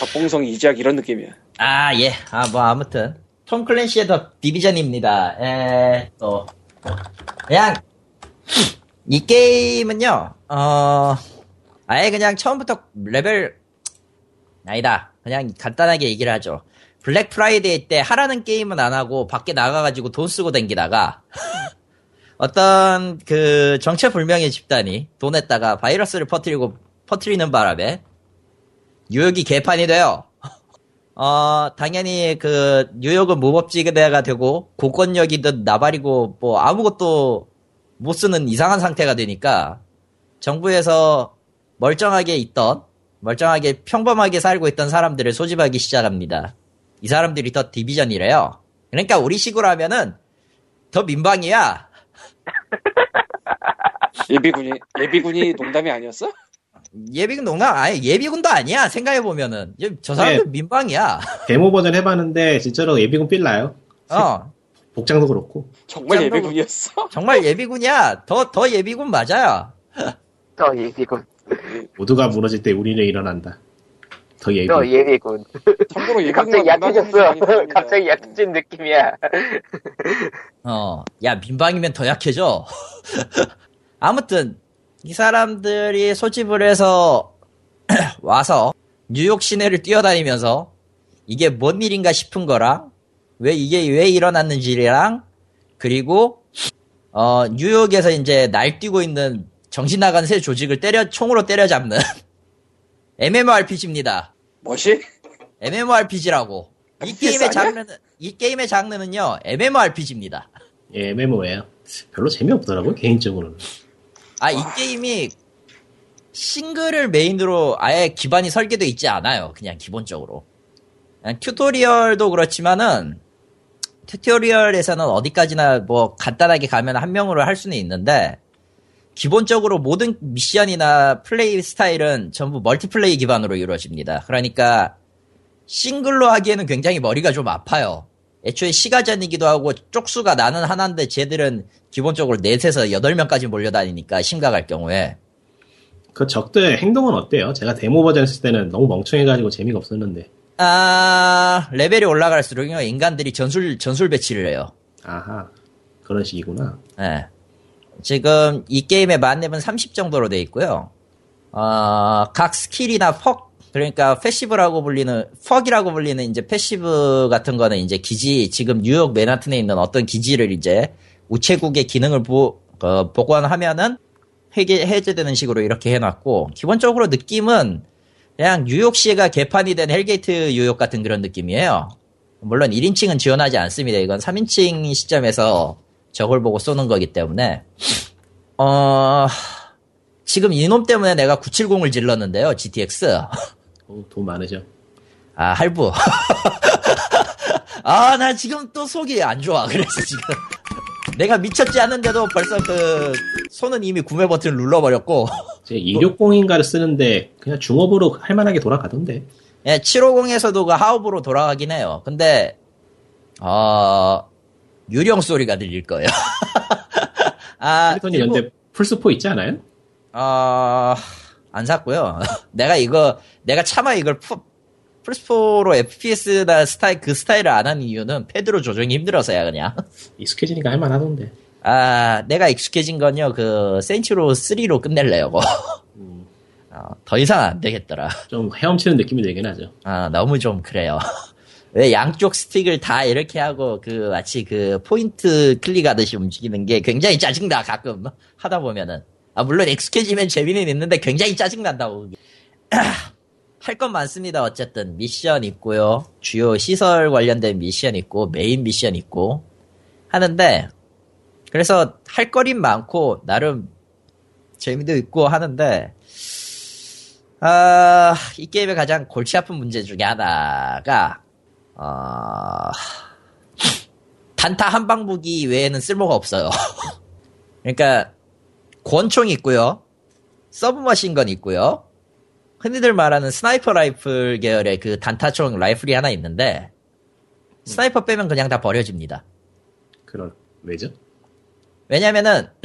B: 박봉성 이작 이런 느낌이야.
C: 아, 예. 아, 뭐, 아무튼. 톰 클랜시의 더 디비전입니다. 에, 또. 그냥, 이 게임은요, 어, 아예 그냥 처음부터 레벨, 아니다. 그냥 간단하게 얘기를 하죠. 블랙 프라이데이 때 하라는 게임은 안 하고 밖에 나가가지고 돈 쓰고 댕기다가 <laughs> 어떤 그 정체불명의 집단이 돈에다가 바이러스를 퍼뜨리고 퍼뜨리는 바람에 뉴욕이 개판이 돼요. 어, 당연히 그 뉴욕은 무법지대가 되고 고권력이든 나발이고 뭐 아무것도 못 쓰는 이상한 상태가 되니까 정부에서 멀쩡하게 있던 멀쩡하게 평범하게 살고 있던 사람들을 소집하기 시작합니다. 이 사람들이 더 디비전이래요. 그러니까 우리 식으로 하면은 더 민방이야.
B: 예비군이 예비군이 농담이 아니었어?
C: 예비군 농담 아니 예비군도 아니야 생각해 보면은 저 사람들
D: 네.
C: 민방이야.
D: 데모 버전 해봤는데 진짜로 예비군 빌나요?
C: 어
D: 복장도 그렇고
B: 정말
C: 짬뽕.
B: 예비군이었어?
C: 정말 예비군이야. 더 더 예비군 맞아요.
A: 더 예비군.
D: 모두가 무너질 때 우리는 일어난다. 더 예비.
A: 더 예비군.
B: 참고로 예비군
A: 갑자기 약해졌어. <laughs> 갑자기 약해진 느낌이야.
C: 어, 야, 민방이면 더 약해져. <laughs> 아무튼, 이 사람들이 소집을 해서 <clears throat> 와서 뉴욕 시내를 뛰어다니면서 이게 뭔 일인가 싶은 거랑 왜 이게 왜 일어났는지랑 그리고 어, 뉴욕에서 이제 날뛰고 있는 정신 나간 새 <laughs> 조직을 때려 총으로 때려잡는 MMORPG입니다.
B: 뭐시?
C: MMORPG라고. 이
B: FPS
C: 게임의
B: 아니야?
C: 장르는 이 게임의 장르는요 MMORPG입니다.
D: 예, 메모예요. 별로 재미없더라고요, 개인적으로는.
C: 아 이 게임이 싱글을 메인으로 아예 기반이 설계돼 있지 않아요. 그냥 기본적으로. 그냥 튜토리얼도 그렇지만은 튜토리얼에서는 어디까지나 뭐 간단하게 가면 한 명으로 할 수는 있는데 기본적으로 모든 미션이나 플레이 스타일은 전부 멀티플레이 기반으로 이루어집니다. 그러니까 싱글로 하기에는 굉장히 머리가 좀 아파요. 애초에 시가전이기도 하고 쪽수가 나는 하나인데 쟤들은 기본적으로 넷에서 여덟 명까지 몰려다니니까 심각할 경우에
D: 그 적들 행동은 어때요? 제가 데모 버전 했을 때는 너무 멍청해가지고 재미가 없었는데.
C: 아 레벨이 올라갈수록요 인간들이 전술 전술 배치를 해요.
D: 아하. 그런 식이구나.
C: 예. 지금 이 게임의 만렙은 30 정도로 돼 있고요. 어, 각 스킬이나 퍽 그러니까 패시브라고 불리는 퍽이라고 불리는 이제 패시브 같은 거는 이제 기지 지금 뉴욕 맨하튼에 있는 어떤 기지를 이제 우체국의 기능을 보, 어, 복원하면은 해제, 해제되는 식으로 이렇게 해놨고 기본적으로 느낌은 그냥 뉴욕시가 개판이 된 헬게이트 뉴욕 같은 그런 느낌이에요. 물론 1인칭은 지원하지 않습니다. 이건 3인칭 시점에서 저걸 보고 쏘는 거기 때문에 어 지금 이놈 때문에 내가 970을 질렀는데요. GTX
D: 어, 돈 많으죠.
C: 아 할부 <laughs> 아 나 지금 또 속이 안 좋아. 그래서 지금 내가 미쳤지 않은데도 벌써 그 손은 이미 구매 버튼 을 눌러버렸고
D: 제 260인가를 쓰는데 그냥 중업으로 할만하게 돌아가던데.
C: 예, 750에서도 그 하업으로 돌아가긴 해요. 근데, 어, 유령 소리가 들릴 거예요. <laughs> 아,
D: 캐릭터님
C: 일부-
D: 근데 풀스포 있지 않아요?
C: 어, 안 샀고요. <laughs> 내가 이거, 내가 차마 이걸 푸, 플스4로 FPS나 스타일, 그 스타일을 안 한 이유는 패드로 조정이 힘들어서야, 그냥. <laughs>
D: 익숙해지니까 할만하던데.
C: 아, 내가 익숙해진 건요, 그, 센치로 3로 <laughs> 끝낼래요, 뭐. 어, 더 이상 안 되겠더라.
D: 좀 헤엄치는 느낌이 되긴 하죠.
C: 아, 너무 좀 그래요. <laughs> 왜 양쪽 스틱을 다 이렇게 하고 그 마치 그 포인트 클릭하듯이 움직이는 게 굉장히 짜증나 가끔 하다 보면은 아 물론 익숙해지면 재미는 있는데 굉장히 짜증난다고 그게. <clears throat> 할 건 많습니다 어쨌든 미션 있고요 주요 시설 관련된 미션 있고 메인 미션 있고 하는데 그래서 할 거린 많고 나름 재미도 있고 하는데 아, 이 게임의 가장 골치 아픈 문제 중에 하나가, 어, 단타 한방무기 외에는 쓸모가 없어요. <laughs> 그러니까, 권총이 있고요 서브머신건 있고요 흔히들 말하는 스나이퍼 라이플 계열의 그 단타총 라이플이 하나 있는데, 스나이퍼 빼면 그냥 다 버려집니다.
D: 그럴, 왜죠?
C: 왜냐면은 <clears throat>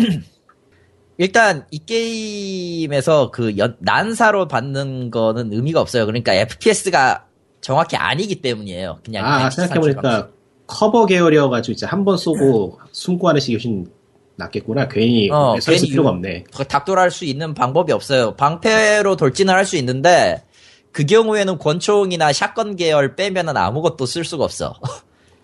C: 일단 이 게임에서 그 연- 난사로 받는 거는 의미가 없어요. 그러니까 FPS가 정확히 아니기 때문이에요. 그냥
D: 아,
C: 그냥
D: 생각해보니까 커버 계열이어가지고 이제 한
C: <laughs>
D: 번 쏘고 숨고 하는 식이 훨씬 낫겠구나. 괜히
C: 어,
D: 서 있을
C: 괜히
D: 필요가 없네.
C: 그 닥돌할 수 있는 방법이 없어요. 방패로 돌진을 할 수 있는데 그 경우에는 권총이나 샷건 계열 빼면은 아무것도 쓸 수가 없어.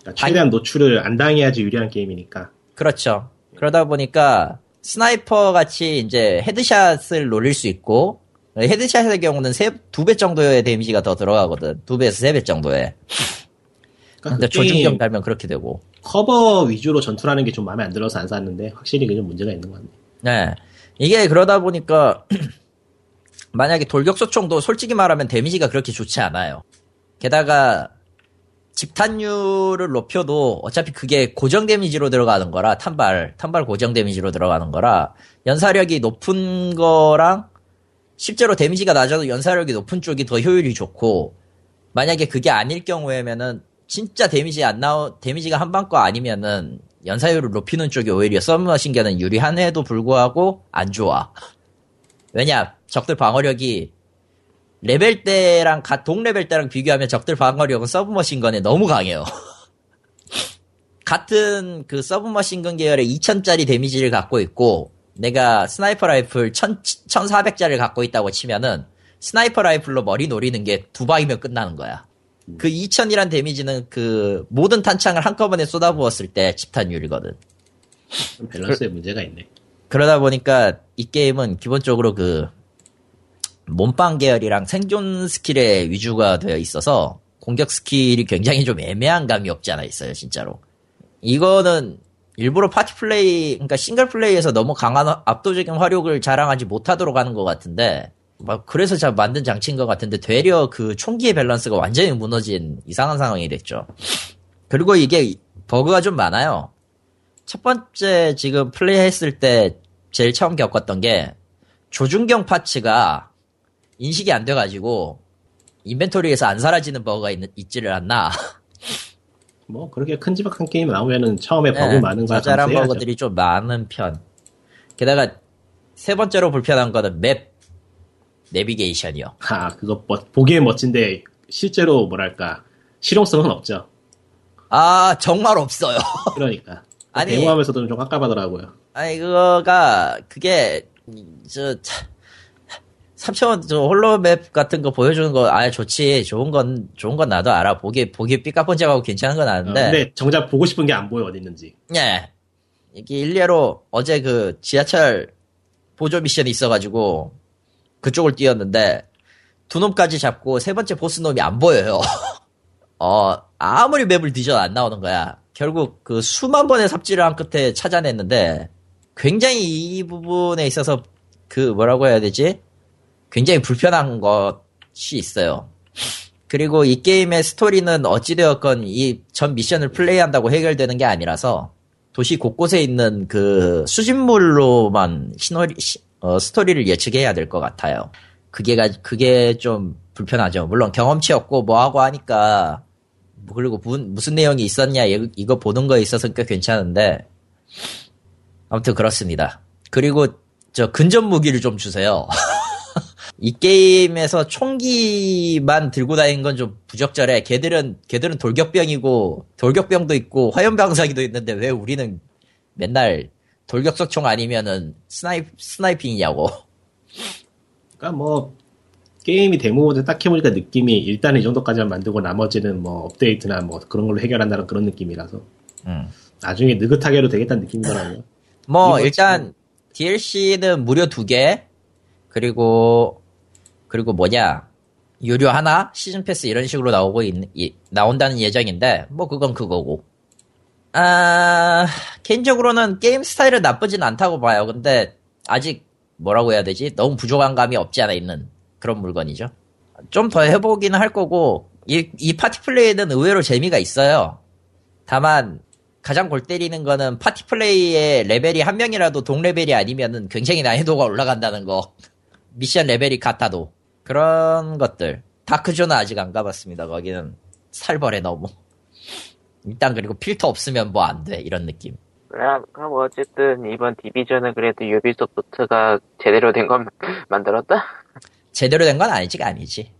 D: 그러니까 최대한 노출을 안 당해야지 유리한 게임이니까.
C: 그렇죠. 그러다 보니까 스나이퍼 같이 이제 헤드샷을 노릴 수 있고 헤드샷의 경우는 세, 두 배 정도의 데미지가 더 들어가거든. 두 배에서 세 배 정도에.
D: 그러니까
C: 아, 근데
D: 그 게임
C: 조준경 달면 그렇게 되고.
D: 커버 위주로 전투라는 게 좀 마음에 안 들어서 안 샀는데 확실히 그게 좀 문제가 있는 것 같네.
C: 네. 이게 그러다 보니까 <clears throat> 만약에 돌격소총도 솔직히 말하면 데미지가 그렇게 좋지 않아요. 게다가 집탄율을 높여도 어차피 그게 고정 데미지로 들어가는 거라 탄발 탄발 고정 데미지로 들어가는 거라 연사력이 높은 거랑 실제로 데미지가 낮아도 연사력이 높은 쪽이 더 효율이 좋고 만약에 그게 아닐 경우에면은 진짜 데미지 안 나오 데미지가 한 방 거 아니면은 연사율을 높이는 쪽이 오히려 서브머신계는 유리한 해도 불구하고 안 좋아. 왜냐 적들 방어력이 레벨 때랑 가- 동 레벨 때랑 비교하면 적들 방어력은 서브머신건에 너무 강해요. <laughs> 같은 그 서브머신건 계열의 2000짜리 데미지를 갖고 있고 내가 스나이퍼 라이플 1000, 1400짜리를 갖고 있다고 치면은 스나이퍼 라이플로 머리 노리는 게 두 방이면 끝나는 거야. 그 2000이란 데미지는 그 모든 탄창을 한꺼번에 쏟아부었을 때 집탄율이거든.
D: 좀 밸런스에
C: 그-
D: 문제가 있네.
C: 그러다 보니까 이 게임은 기본적으로 그 몸빵 계열이랑 생존 스킬에 위주가 되어 있어서 공격 스킬이 굉장히 좀 애매한 감이 없지 않아 있어요, 진짜로. 이거는 일부러 파티 플레이, 그러니까 싱글 플레이에서 너무 강한 화- 압도적인 화력을 자랑하지 못하도록 하는 것 같은데, 막 그래서 잘 만든 장치인 것 같은데 되려 그 총기의 밸런스가 완전히 무너진 이상한 상황이 됐죠. 그리고 이게 버그가 좀 많아요. 첫 번째 지금 플레이했을 때 제일 처음 겪었던 게 조준경 파츠가 인식이 안 돼가지고 인벤토리에서 안 사라지는 버그가 있, 있지를 않나.
D: 뭐 그렇게 큼지막한 게임 나오면은 처음에 <laughs> 버그
C: 네,
D: 많은 거
C: 자잘한
D: 감수해야죠.
C: 버그들이 좀 많은 편. 게다가 세 번째로 불편한 거는 맵 내비게이션이요.
D: 아 그거 멋- 보기엔 멋진데 실제로 뭐랄까 실용성은 없죠.
C: 아 정말 없어요.
D: 그러니까
C: <laughs> 아니.
D: 대응하면서도 좀 깝깝하더라고요.
C: 아니 그거가 그게 저 3천원 저 홀로맵 같은 거 보여주는 거 아 좋지 좋은 건 좋은 건 나도 알아 보기 보기 삐까뻔쩍하고 괜찮은 건
D: 어,
C: 아는데
D: 근데 정작 보고 싶은 게 안 보여 어디 있는지.
C: 예. 이게 일례로 어제 그 지하철 보조 미션이 있어가지고 그쪽을 뛰었는데 두 놈까지 잡고 세 번째 보스 놈이 안 보여요. <laughs> 어, 아무리 맵을 뒤져도 안 나오는 거야. 결국 그 수만 번의 삽질을 한 끝에 찾아냈는데 굉장히 이 부분에 있어서 그 뭐라고 해야 되지? 굉장히 불편한 것이 있어요. 그리고 이 게임의 스토리는 어찌되었건 이 전 미션을 플레이한다고 해결되는 게 아니라서 도시 곳곳에 있는 그 수집물로만 시너리, 시- 어, 스토리를 예측해야 될 것 같아요. 그게, 가- 그게 좀 불편하죠. 물론 경험치였고 뭐하고 하니까 뭐 그리고 문- 무슨 내용이 있었냐 이- 이거 보는 거에 있어서 꽤 괜찮은데 아무튼 그렇습니다. 그리고 저 근접 무기를 좀 주세요. 이 게임에서 총기만 들고 다니는 건 좀 부적절해. 걔들은 걔들은 돌격병이고 돌격병도 있고 화염방사기도 있는데 왜 우리는 맨날 돌격석총 아니면은 스나이 스나이핑이냐고.
D: 그러니까 뭐 게임이 데모인데 딱 해보니까 느낌이 일단 이 정도까지만 만들고 나머지는 뭐 업데이트나 뭐 그런 걸로 해결한다는 그런 느낌이라서
C: 음.
D: 나중에 느긋하게로 되겠다는 느낌이더라고요.
C: 뭐
D: 이거
C: 일단 DLC는 무료 두 개, 그리고 그리고 뭐냐 유료 하나, 시즌 패스 이런 식으로 나오고 있, 이- 나온다는 예정인데 뭐 그건 그거고. 아 개인적으로는 게임 스타일은 나쁘진 않다고 봐요. 근데 아직 뭐라고 해야 되지? 너무 부족한 감이 없지 않아 있는 그런 물건이죠. 좀 더 해보기는 할 거고 이, 이 파티 플레이는 의외로 재미가 있어요. 다만 가장 골 때리는 거는 파티 플레이의 레벨이 한 명이라도 동레벨이 아니면은 굉장히 난이도가 올라간다는 거. 미션 레벨이 같아도 그런 것들. 다크존은 아직 안 가봤습니다. 거기는 살벌해 너무. 일단 그리고 필터 없으면 뭐 안 돼. 이런 느낌.
A: 그럼 그럼 어쨌든 이번 디비전은 그래도 유비소프트가 제대로 된 건 <laughs> 만들었다?
C: 제대로 된 건 아니지가 아니지.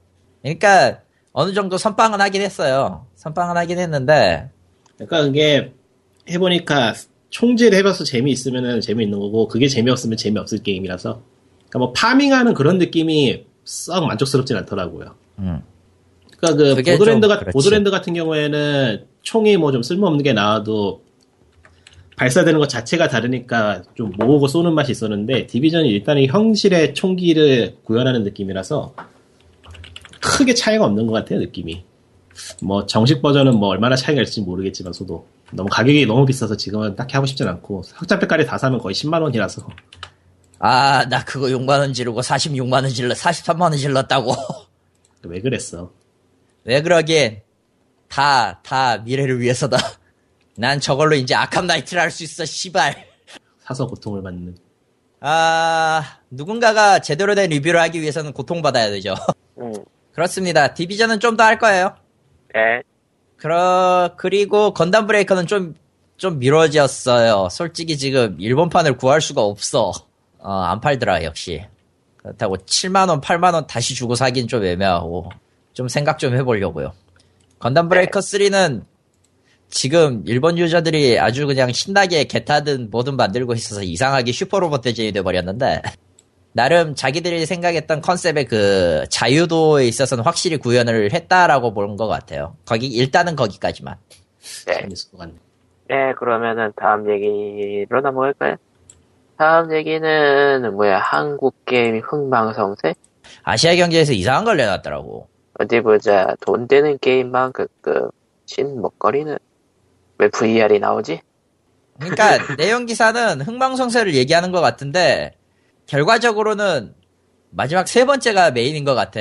C: 그러니까 어느 정도 선빵은 하긴 했어요. 선빵은 하긴 했는데
D: 그러니까 그게 해보니까 총질 해봐서 재미있으면 재미있는 거고 그게 재미없으면 재미없을 게임이라서 그러니까 뭐 파밍하는 그런 느낌이 썩 만족스럽진 않더라고요.
C: 음.
D: 그러니까 그
C: 그게
D: 보드랜드,
C: 좀
D: 같-
C: 그렇지.
D: 보드랜드 같은 경우에는 총이 뭐 좀 쓸모없는 게 나와도 발사되는 것 자체가 다르니까 좀 모으고 쏘는 맛이 있었는데 디비전이 일단은 형실의 총기를 구현하는 느낌이라서 크게 차이가 없는 것 같아요 느낌이 뭐 정식 버전은 뭐 얼마나 차이가 있을지 모르겠지만 저도 너무 가격이 너무 비싸서 지금은 딱히 하고 싶진 않고 흑자백깔이 다 사면 거의 10만 원이라서
C: 아 나 그거 6만 원 지르고 46만 원 질러 43만 원 질렀다고. <laughs>
D: 왜 그랬어
C: 왜 그러긴 다, 다 미래를 위해서다. <laughs> 난 저걸로 이제 아캄 나이트를 할 수 있어, 씨발.
D: 사서 고통을 받는
C: 아, 누군가가 제대로 된 리뷰를 하기 위해서는 고통받아야 되죠. <laughs>
A: 응.
C: 그렇습니다. 디비전은 좀 더 할 거예요.
A: 네.
C: 그러, 그리고 건담 브레이커는 좀, 좀 미뤄졌어요. 솔직히 지금 일본판을 구할 수가 없어. 어, 안 팔더라, 역시. 그렇다고 7만원, 8만원 다시 주고 사긴 좀 애매하고, 좀 생각 좀 해보려고요. 건담 브레이커 3는 지금 일본 유저들이 아주 그냥 신나게 개타든 뭐든 만들고 있어서 이상하게 슈퍼로봇 대전이 돼버렸는데, 나름 자기들이 생각했던 컨셉의 그 자유도에 있어서는 확실히 구현을 했다라고 보는 것 같아요. 거기 일단은 거기까지만.
A: 네.
D: 재밌을 것 같네
A: 네, 그러면은 다음 얘기로 넘어갈까요? 다음 얘기는 뭐야 한국 게임 흥망성쇠?
C: 아시아 경제에서 이상한 걸 내놨더라고.
A: 어디 보자. 돈 되는 게임만 그급 신 먹거리는 왜 VR이 나오지? <laughs>
C: 그러니까 내용 기사는 흥망성쇠를 얘기하는 것 같은데 결과적으로는 마지막 세 번째가 메인인 것 같아.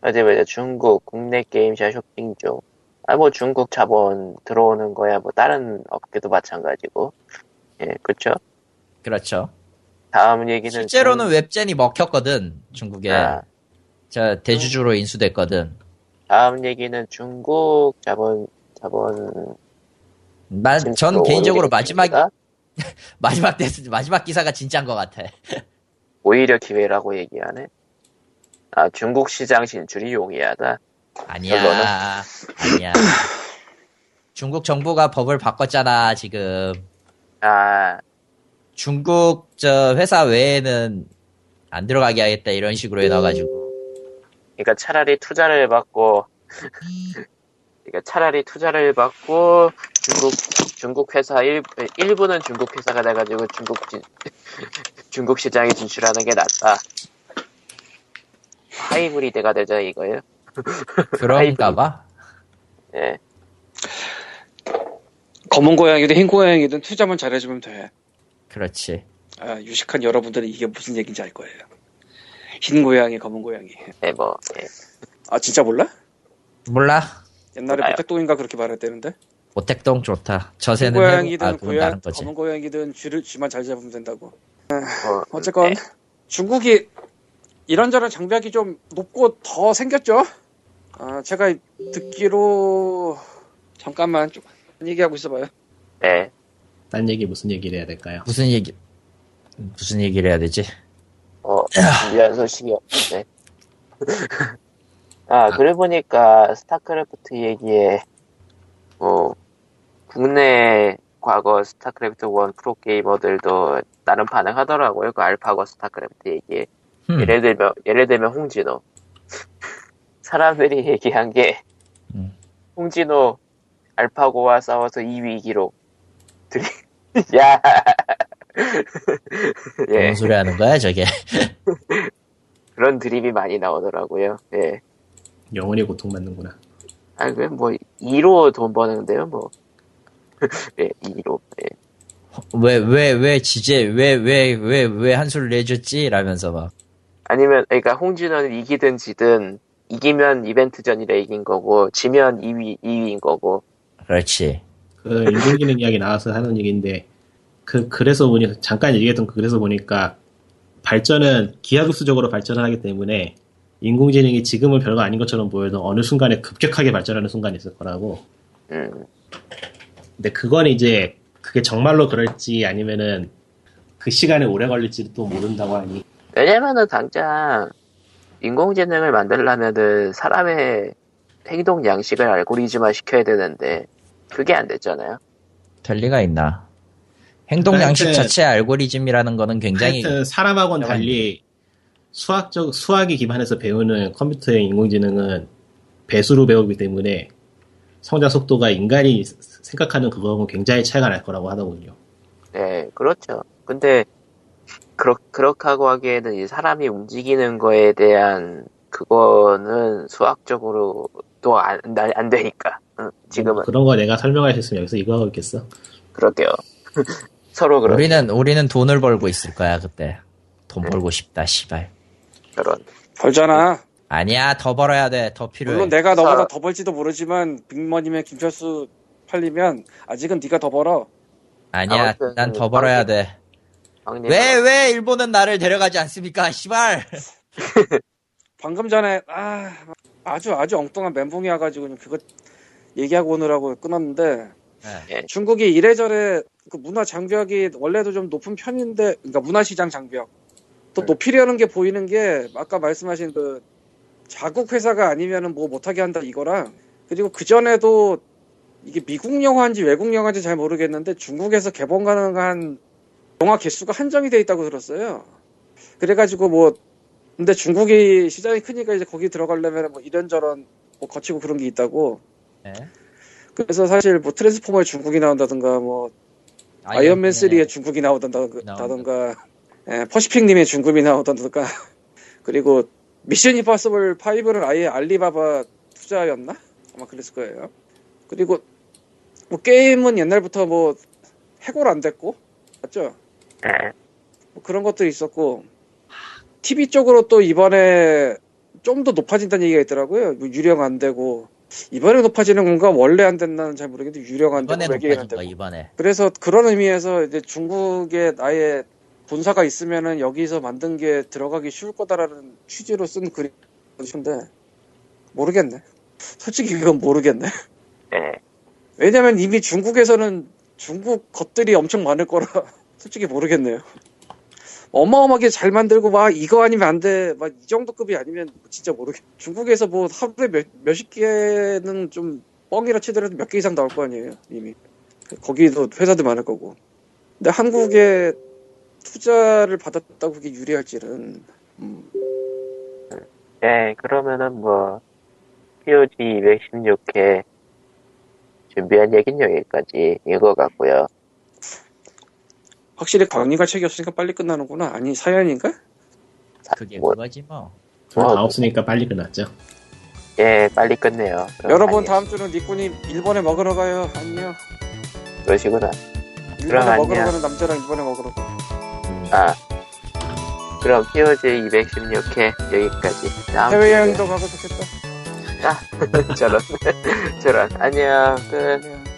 A: 어디 보자. 중국 국내 게임샵 쇼핑 중. 아 뭐 중국 자본 들어오는 거야 뭐 다른 업계도 마찬가지고. 예, 그렇죠.
C: 그렇죠.
A: 다음 얘기는
C: 실제로는
A: 중-
C: 웹젠이 먹혔거든 중국에.
A: 아.
C: 저 대주주로 인수됐거든.
A: 다음 얘기는 중국 자본 자본
C: 난, 전
A: 들어오는
C: 개인적으로
A: 게
C: 마지막
A: 있습니다.
C: 마지막 데스- 마지막 기사가 진짜인 것 같아.
A: 오히려 기회라고 얘기하네. 아, 중국 시장 진출이 용이하다. 별로는?
C: 아니야. 아니야. 중국 정부가 법을 바꿨잖아, 지금.
A: 아,
C: 중국 저 회사 외에는 안 들어가게 하겠다 이런 식으로 해놔가지고
A: 그러니까 차라리 투자를 받고, 그러니까 차라리 투자를 받고 중국 중국 회사 일 일부는 중국 회사가 돼가지고 중국 진, <laughs> 중국 시장에 진출하는 게 낫다. 하이브리드가 되자 이거예요.
B: 음.
C: 그런가봐.
A: 예,
B: 검은 고양이든 흰 고양이든 투자만 잘해주면 돼.
C: 그렇지.
B: 아, 유식한 여러분들은 이게 무슨 얘기인지 알 거예요. 흰 고양이, 검은 고양이.
A: 네, 뭐 예.
B: 아, 진짜 몰라?
C: 몰라.
B: 옛날에
A: 몰라요.
B: 보택동인가 그렇게 말했다는데?
C: 오택동 좋다.
B: 흰
C: 저세는 해고,
B: 고양이든
C: 아 그건
B: 고양,
C: 다른 거지. 음,
B: 검은 고양이든 쥐를, 쥐만 잘 잡으면 된다고.
A: 뭐,
B: 어쨌건
C: 네.
A: 예.
B: 중국이 이런저런 장벽이 좀 높고 더 생겼죠? 아, 제가 듣기로 잠깐만 좀 얘기하고 있어봐요.
A: 예.
D: 딴 얘기 무슨 얘기를 해야 될까요?
C: 무슨 얘기 무슨 얘기를 해야 되지?
A: 어, 준비한 소식이 없는데. 아, 그래 보니까 스타크래프트 얘기에, 뭐, 국내 과거 스타크래프트 1 프로게이머들도 나름 반응하더라고요. 그 알파고 스타크래프트 얘기에.
C: 흠,
A: 예를 들면, 예를 들면 홍진호. 사람들이 얘기한 게,
C: 음.
A: 홍진호 알파고와 싸워서 2위 기록. 둘이- <laughs> 야! 예.
C: 뭔 소리 하는 거야 저게? <laughs>
A: 그런 드립이 많이 나오더라고요. 예.
D: 영혼이 고통받는구나.
A: 아, 그, 뭐, 2로 돈 버는데요, 뭐. <laughs> 예, 2로. 예.
C: 왜 왜 왜 지제 왜 왜 왜 왜 한술 내줬지? 라면서 막
A: 아니면, 그러니까, 홍진호는 이기든 지든, 이기면 이벤트 전이라 이긴 거고, 지면 2위, 2위인 거고.
C: 그렇지.
D: 그 인공지능 이야기 나와서 하는 얘기인데 그 그래서 보니 잠깐 얘기했던 그 그래서 보니까 발전은 기하급수적으로 발전을 하기 때문에 인공지능이 지금은 별거 아닌 것처럼 보여도 어느 순간에 급격하게 발전하는 순간이 있을 거라고.
A: 음,
D: 근데 그건 이제 그게 정말로 그럴지 아니면은 그 시간에 오래 걸릴지 또 모른다고 하니
A: 왜냐면은, 당장, 인공지능을 만들려면은, 사람의 행동 양식을 알고리즘화 시켜야 되는데, 그게 안 됐잖아요.
C: 될 리가 있나? 행동
D: 그러니까
C: 양식
D: 하여튼-
C: 자체 알고리즘이라는 거는 굉장히
D: 하여튼 사람하고는
C: 영향이
D: 달리 수학적 수학이 기반해서 배우는 컴퓨터의 인공지능은 배수로 배우기 때문에 성장 속도가 인간이 스- 생각하는 그거하고 굉장히 차이가 날 거라고 하더군요.
A: 네, 그렇죠. 근데, 그렇, 그렇다고 하기에는 이 사람이 움직이는 거에 대한, 그거는 수학적으로도 안, 나- 안 되니까. 응,
C: 음.
A: 지금은.
D: 그런 거 내가 설명할 수 있으면 여기서 이거 하고 있겠어.
A: 그럴게요. <laughs> 서로 그런,
C: 우리는 우리는 돈을 벌고 있을 거야 그때 돈 벌고 싶다 씨발
A: 그런.
B: 벌잖아.
C: 아니야 더 벌어야 돼 더 필요해
B: 물론 내가 너보다
C: 아.
A: 사-
B: 더 벌지도 모르지만 빅머니면 김철수 팔리면 아직은 네가 더 벌어.
C: 아니야
A: 아무튼
C: 난 더 벌어야 돼 왜 왜
A: 왕님,
C: 네, 일본은 나를 데려가지 않습니까 씨발
B: 방금 전에 아, 아주 아주 엉뚱한 멘붕이 와가지고 그냥 그거 얘기하고 오느라고 끊었는데 중국이 이래저래 그 문화 장벽이 원래도 좀 높은 편인데 그러니까 문화 시장 장벽 또
A: 네.
B: 높이려는 게 보이는 게 아까 말씀하신 그 자국 회사가 아니면은 뭐 못하게 한다 이거랑 그리고 그 전에도 이게 미국 영화인지 외국 영화인지 잘 모르겠는데 중국에서 개봉 가능한 영화 개수가 한정이 돼 있다고 들었어요. 그래가지고 뭐 근데 중국이 시장이 크니까 이제 거기 들어가려면 뭐 이런저런 뭐 거치고 그런 게 있다고
C: 네.
B: 그래서 사실 뭐 트랜스포머에 중국이 나온다든가 뭐 아이언맨 3에 중국이 나오던다던가,
C: 나온다.
B: 예, 퍼시픽님의 중국이 나오던다던가, <laughs> 그리고 미션 임파서블 5는 아예 알리바바 투자였나? 아마 그랬을 거예요. 그리고 뭐 게임은 옛날부터 뭐 해골 안 됐고 맞죠?
A: 네,
B: 뭐 그런 것들이 있었고 TV 쪽으로 또 이번에 좀 더 높아진다는 얘기가 있더라고요. 뭐 유령 안 되고 이번에 높아지는 건가 원래 안 됐나는 잘 모르겠는데 유령 안 되고
C: 이번에
B: 외계인 안
C: 높아진
B: 되고
C: 거 이번에
B: 그래서 그런 의미에서 이제 중국에 아예 본사가 있으면은 여기서 만든 게 들어가기 쉬울 거다라는 취지로 쓴 글인데 모르겠네. 솔직히 그건 모르겠네.
A: 예.
B: 왜냐면 이미 중국에서는 중국 것들이 엄청 많을 거라 <laughs> 솔직히 모르겠네요. 어마어마하게 잘 만들고 막 이거 아니면 안 돼. 막 이 정도 급이 아니면 진짜 모르겠. 중국에서 뭐 하루에 몇, 몇십 개는 좀 뻥이라 치더라도 몇 개 이상 나올 거 아니에요, 이미. 거기도 회사도 많을 거고. 근데 한국에 투자를 받았다고 그게 유리할지는
A: 예, 그러면은 뭐, POG 216회 준비한 얘긴 여기까지 이거 같고요.
B: 확실히 광리가 책이 없으니까 빨리 끝나는구나. 아니 사연인가?
C: 그게
A: 뭐-
C: 그거지 뭐
D: 돈
A: 어.
D: 다 없으니까 빨리 끝났죠.
A: 예, 빨리 끝내요. 그럼
B: 여러분
A: 아니,
B: 다음 주는 니꾼이 일본에 먹으러 가요. 안녕.
A: 그러시구나. 그럼
B: 일본에 먹으러
A: 안녕.
B: 가는 남자랑 일본에 먹으러 가.
A: 아, 그럼 POG 216회 여기까지. 다음
B: 해외여행도 가고 좋겠다.
A: 주에 저런, 저런. 안녕, 끝.
B: 안녕.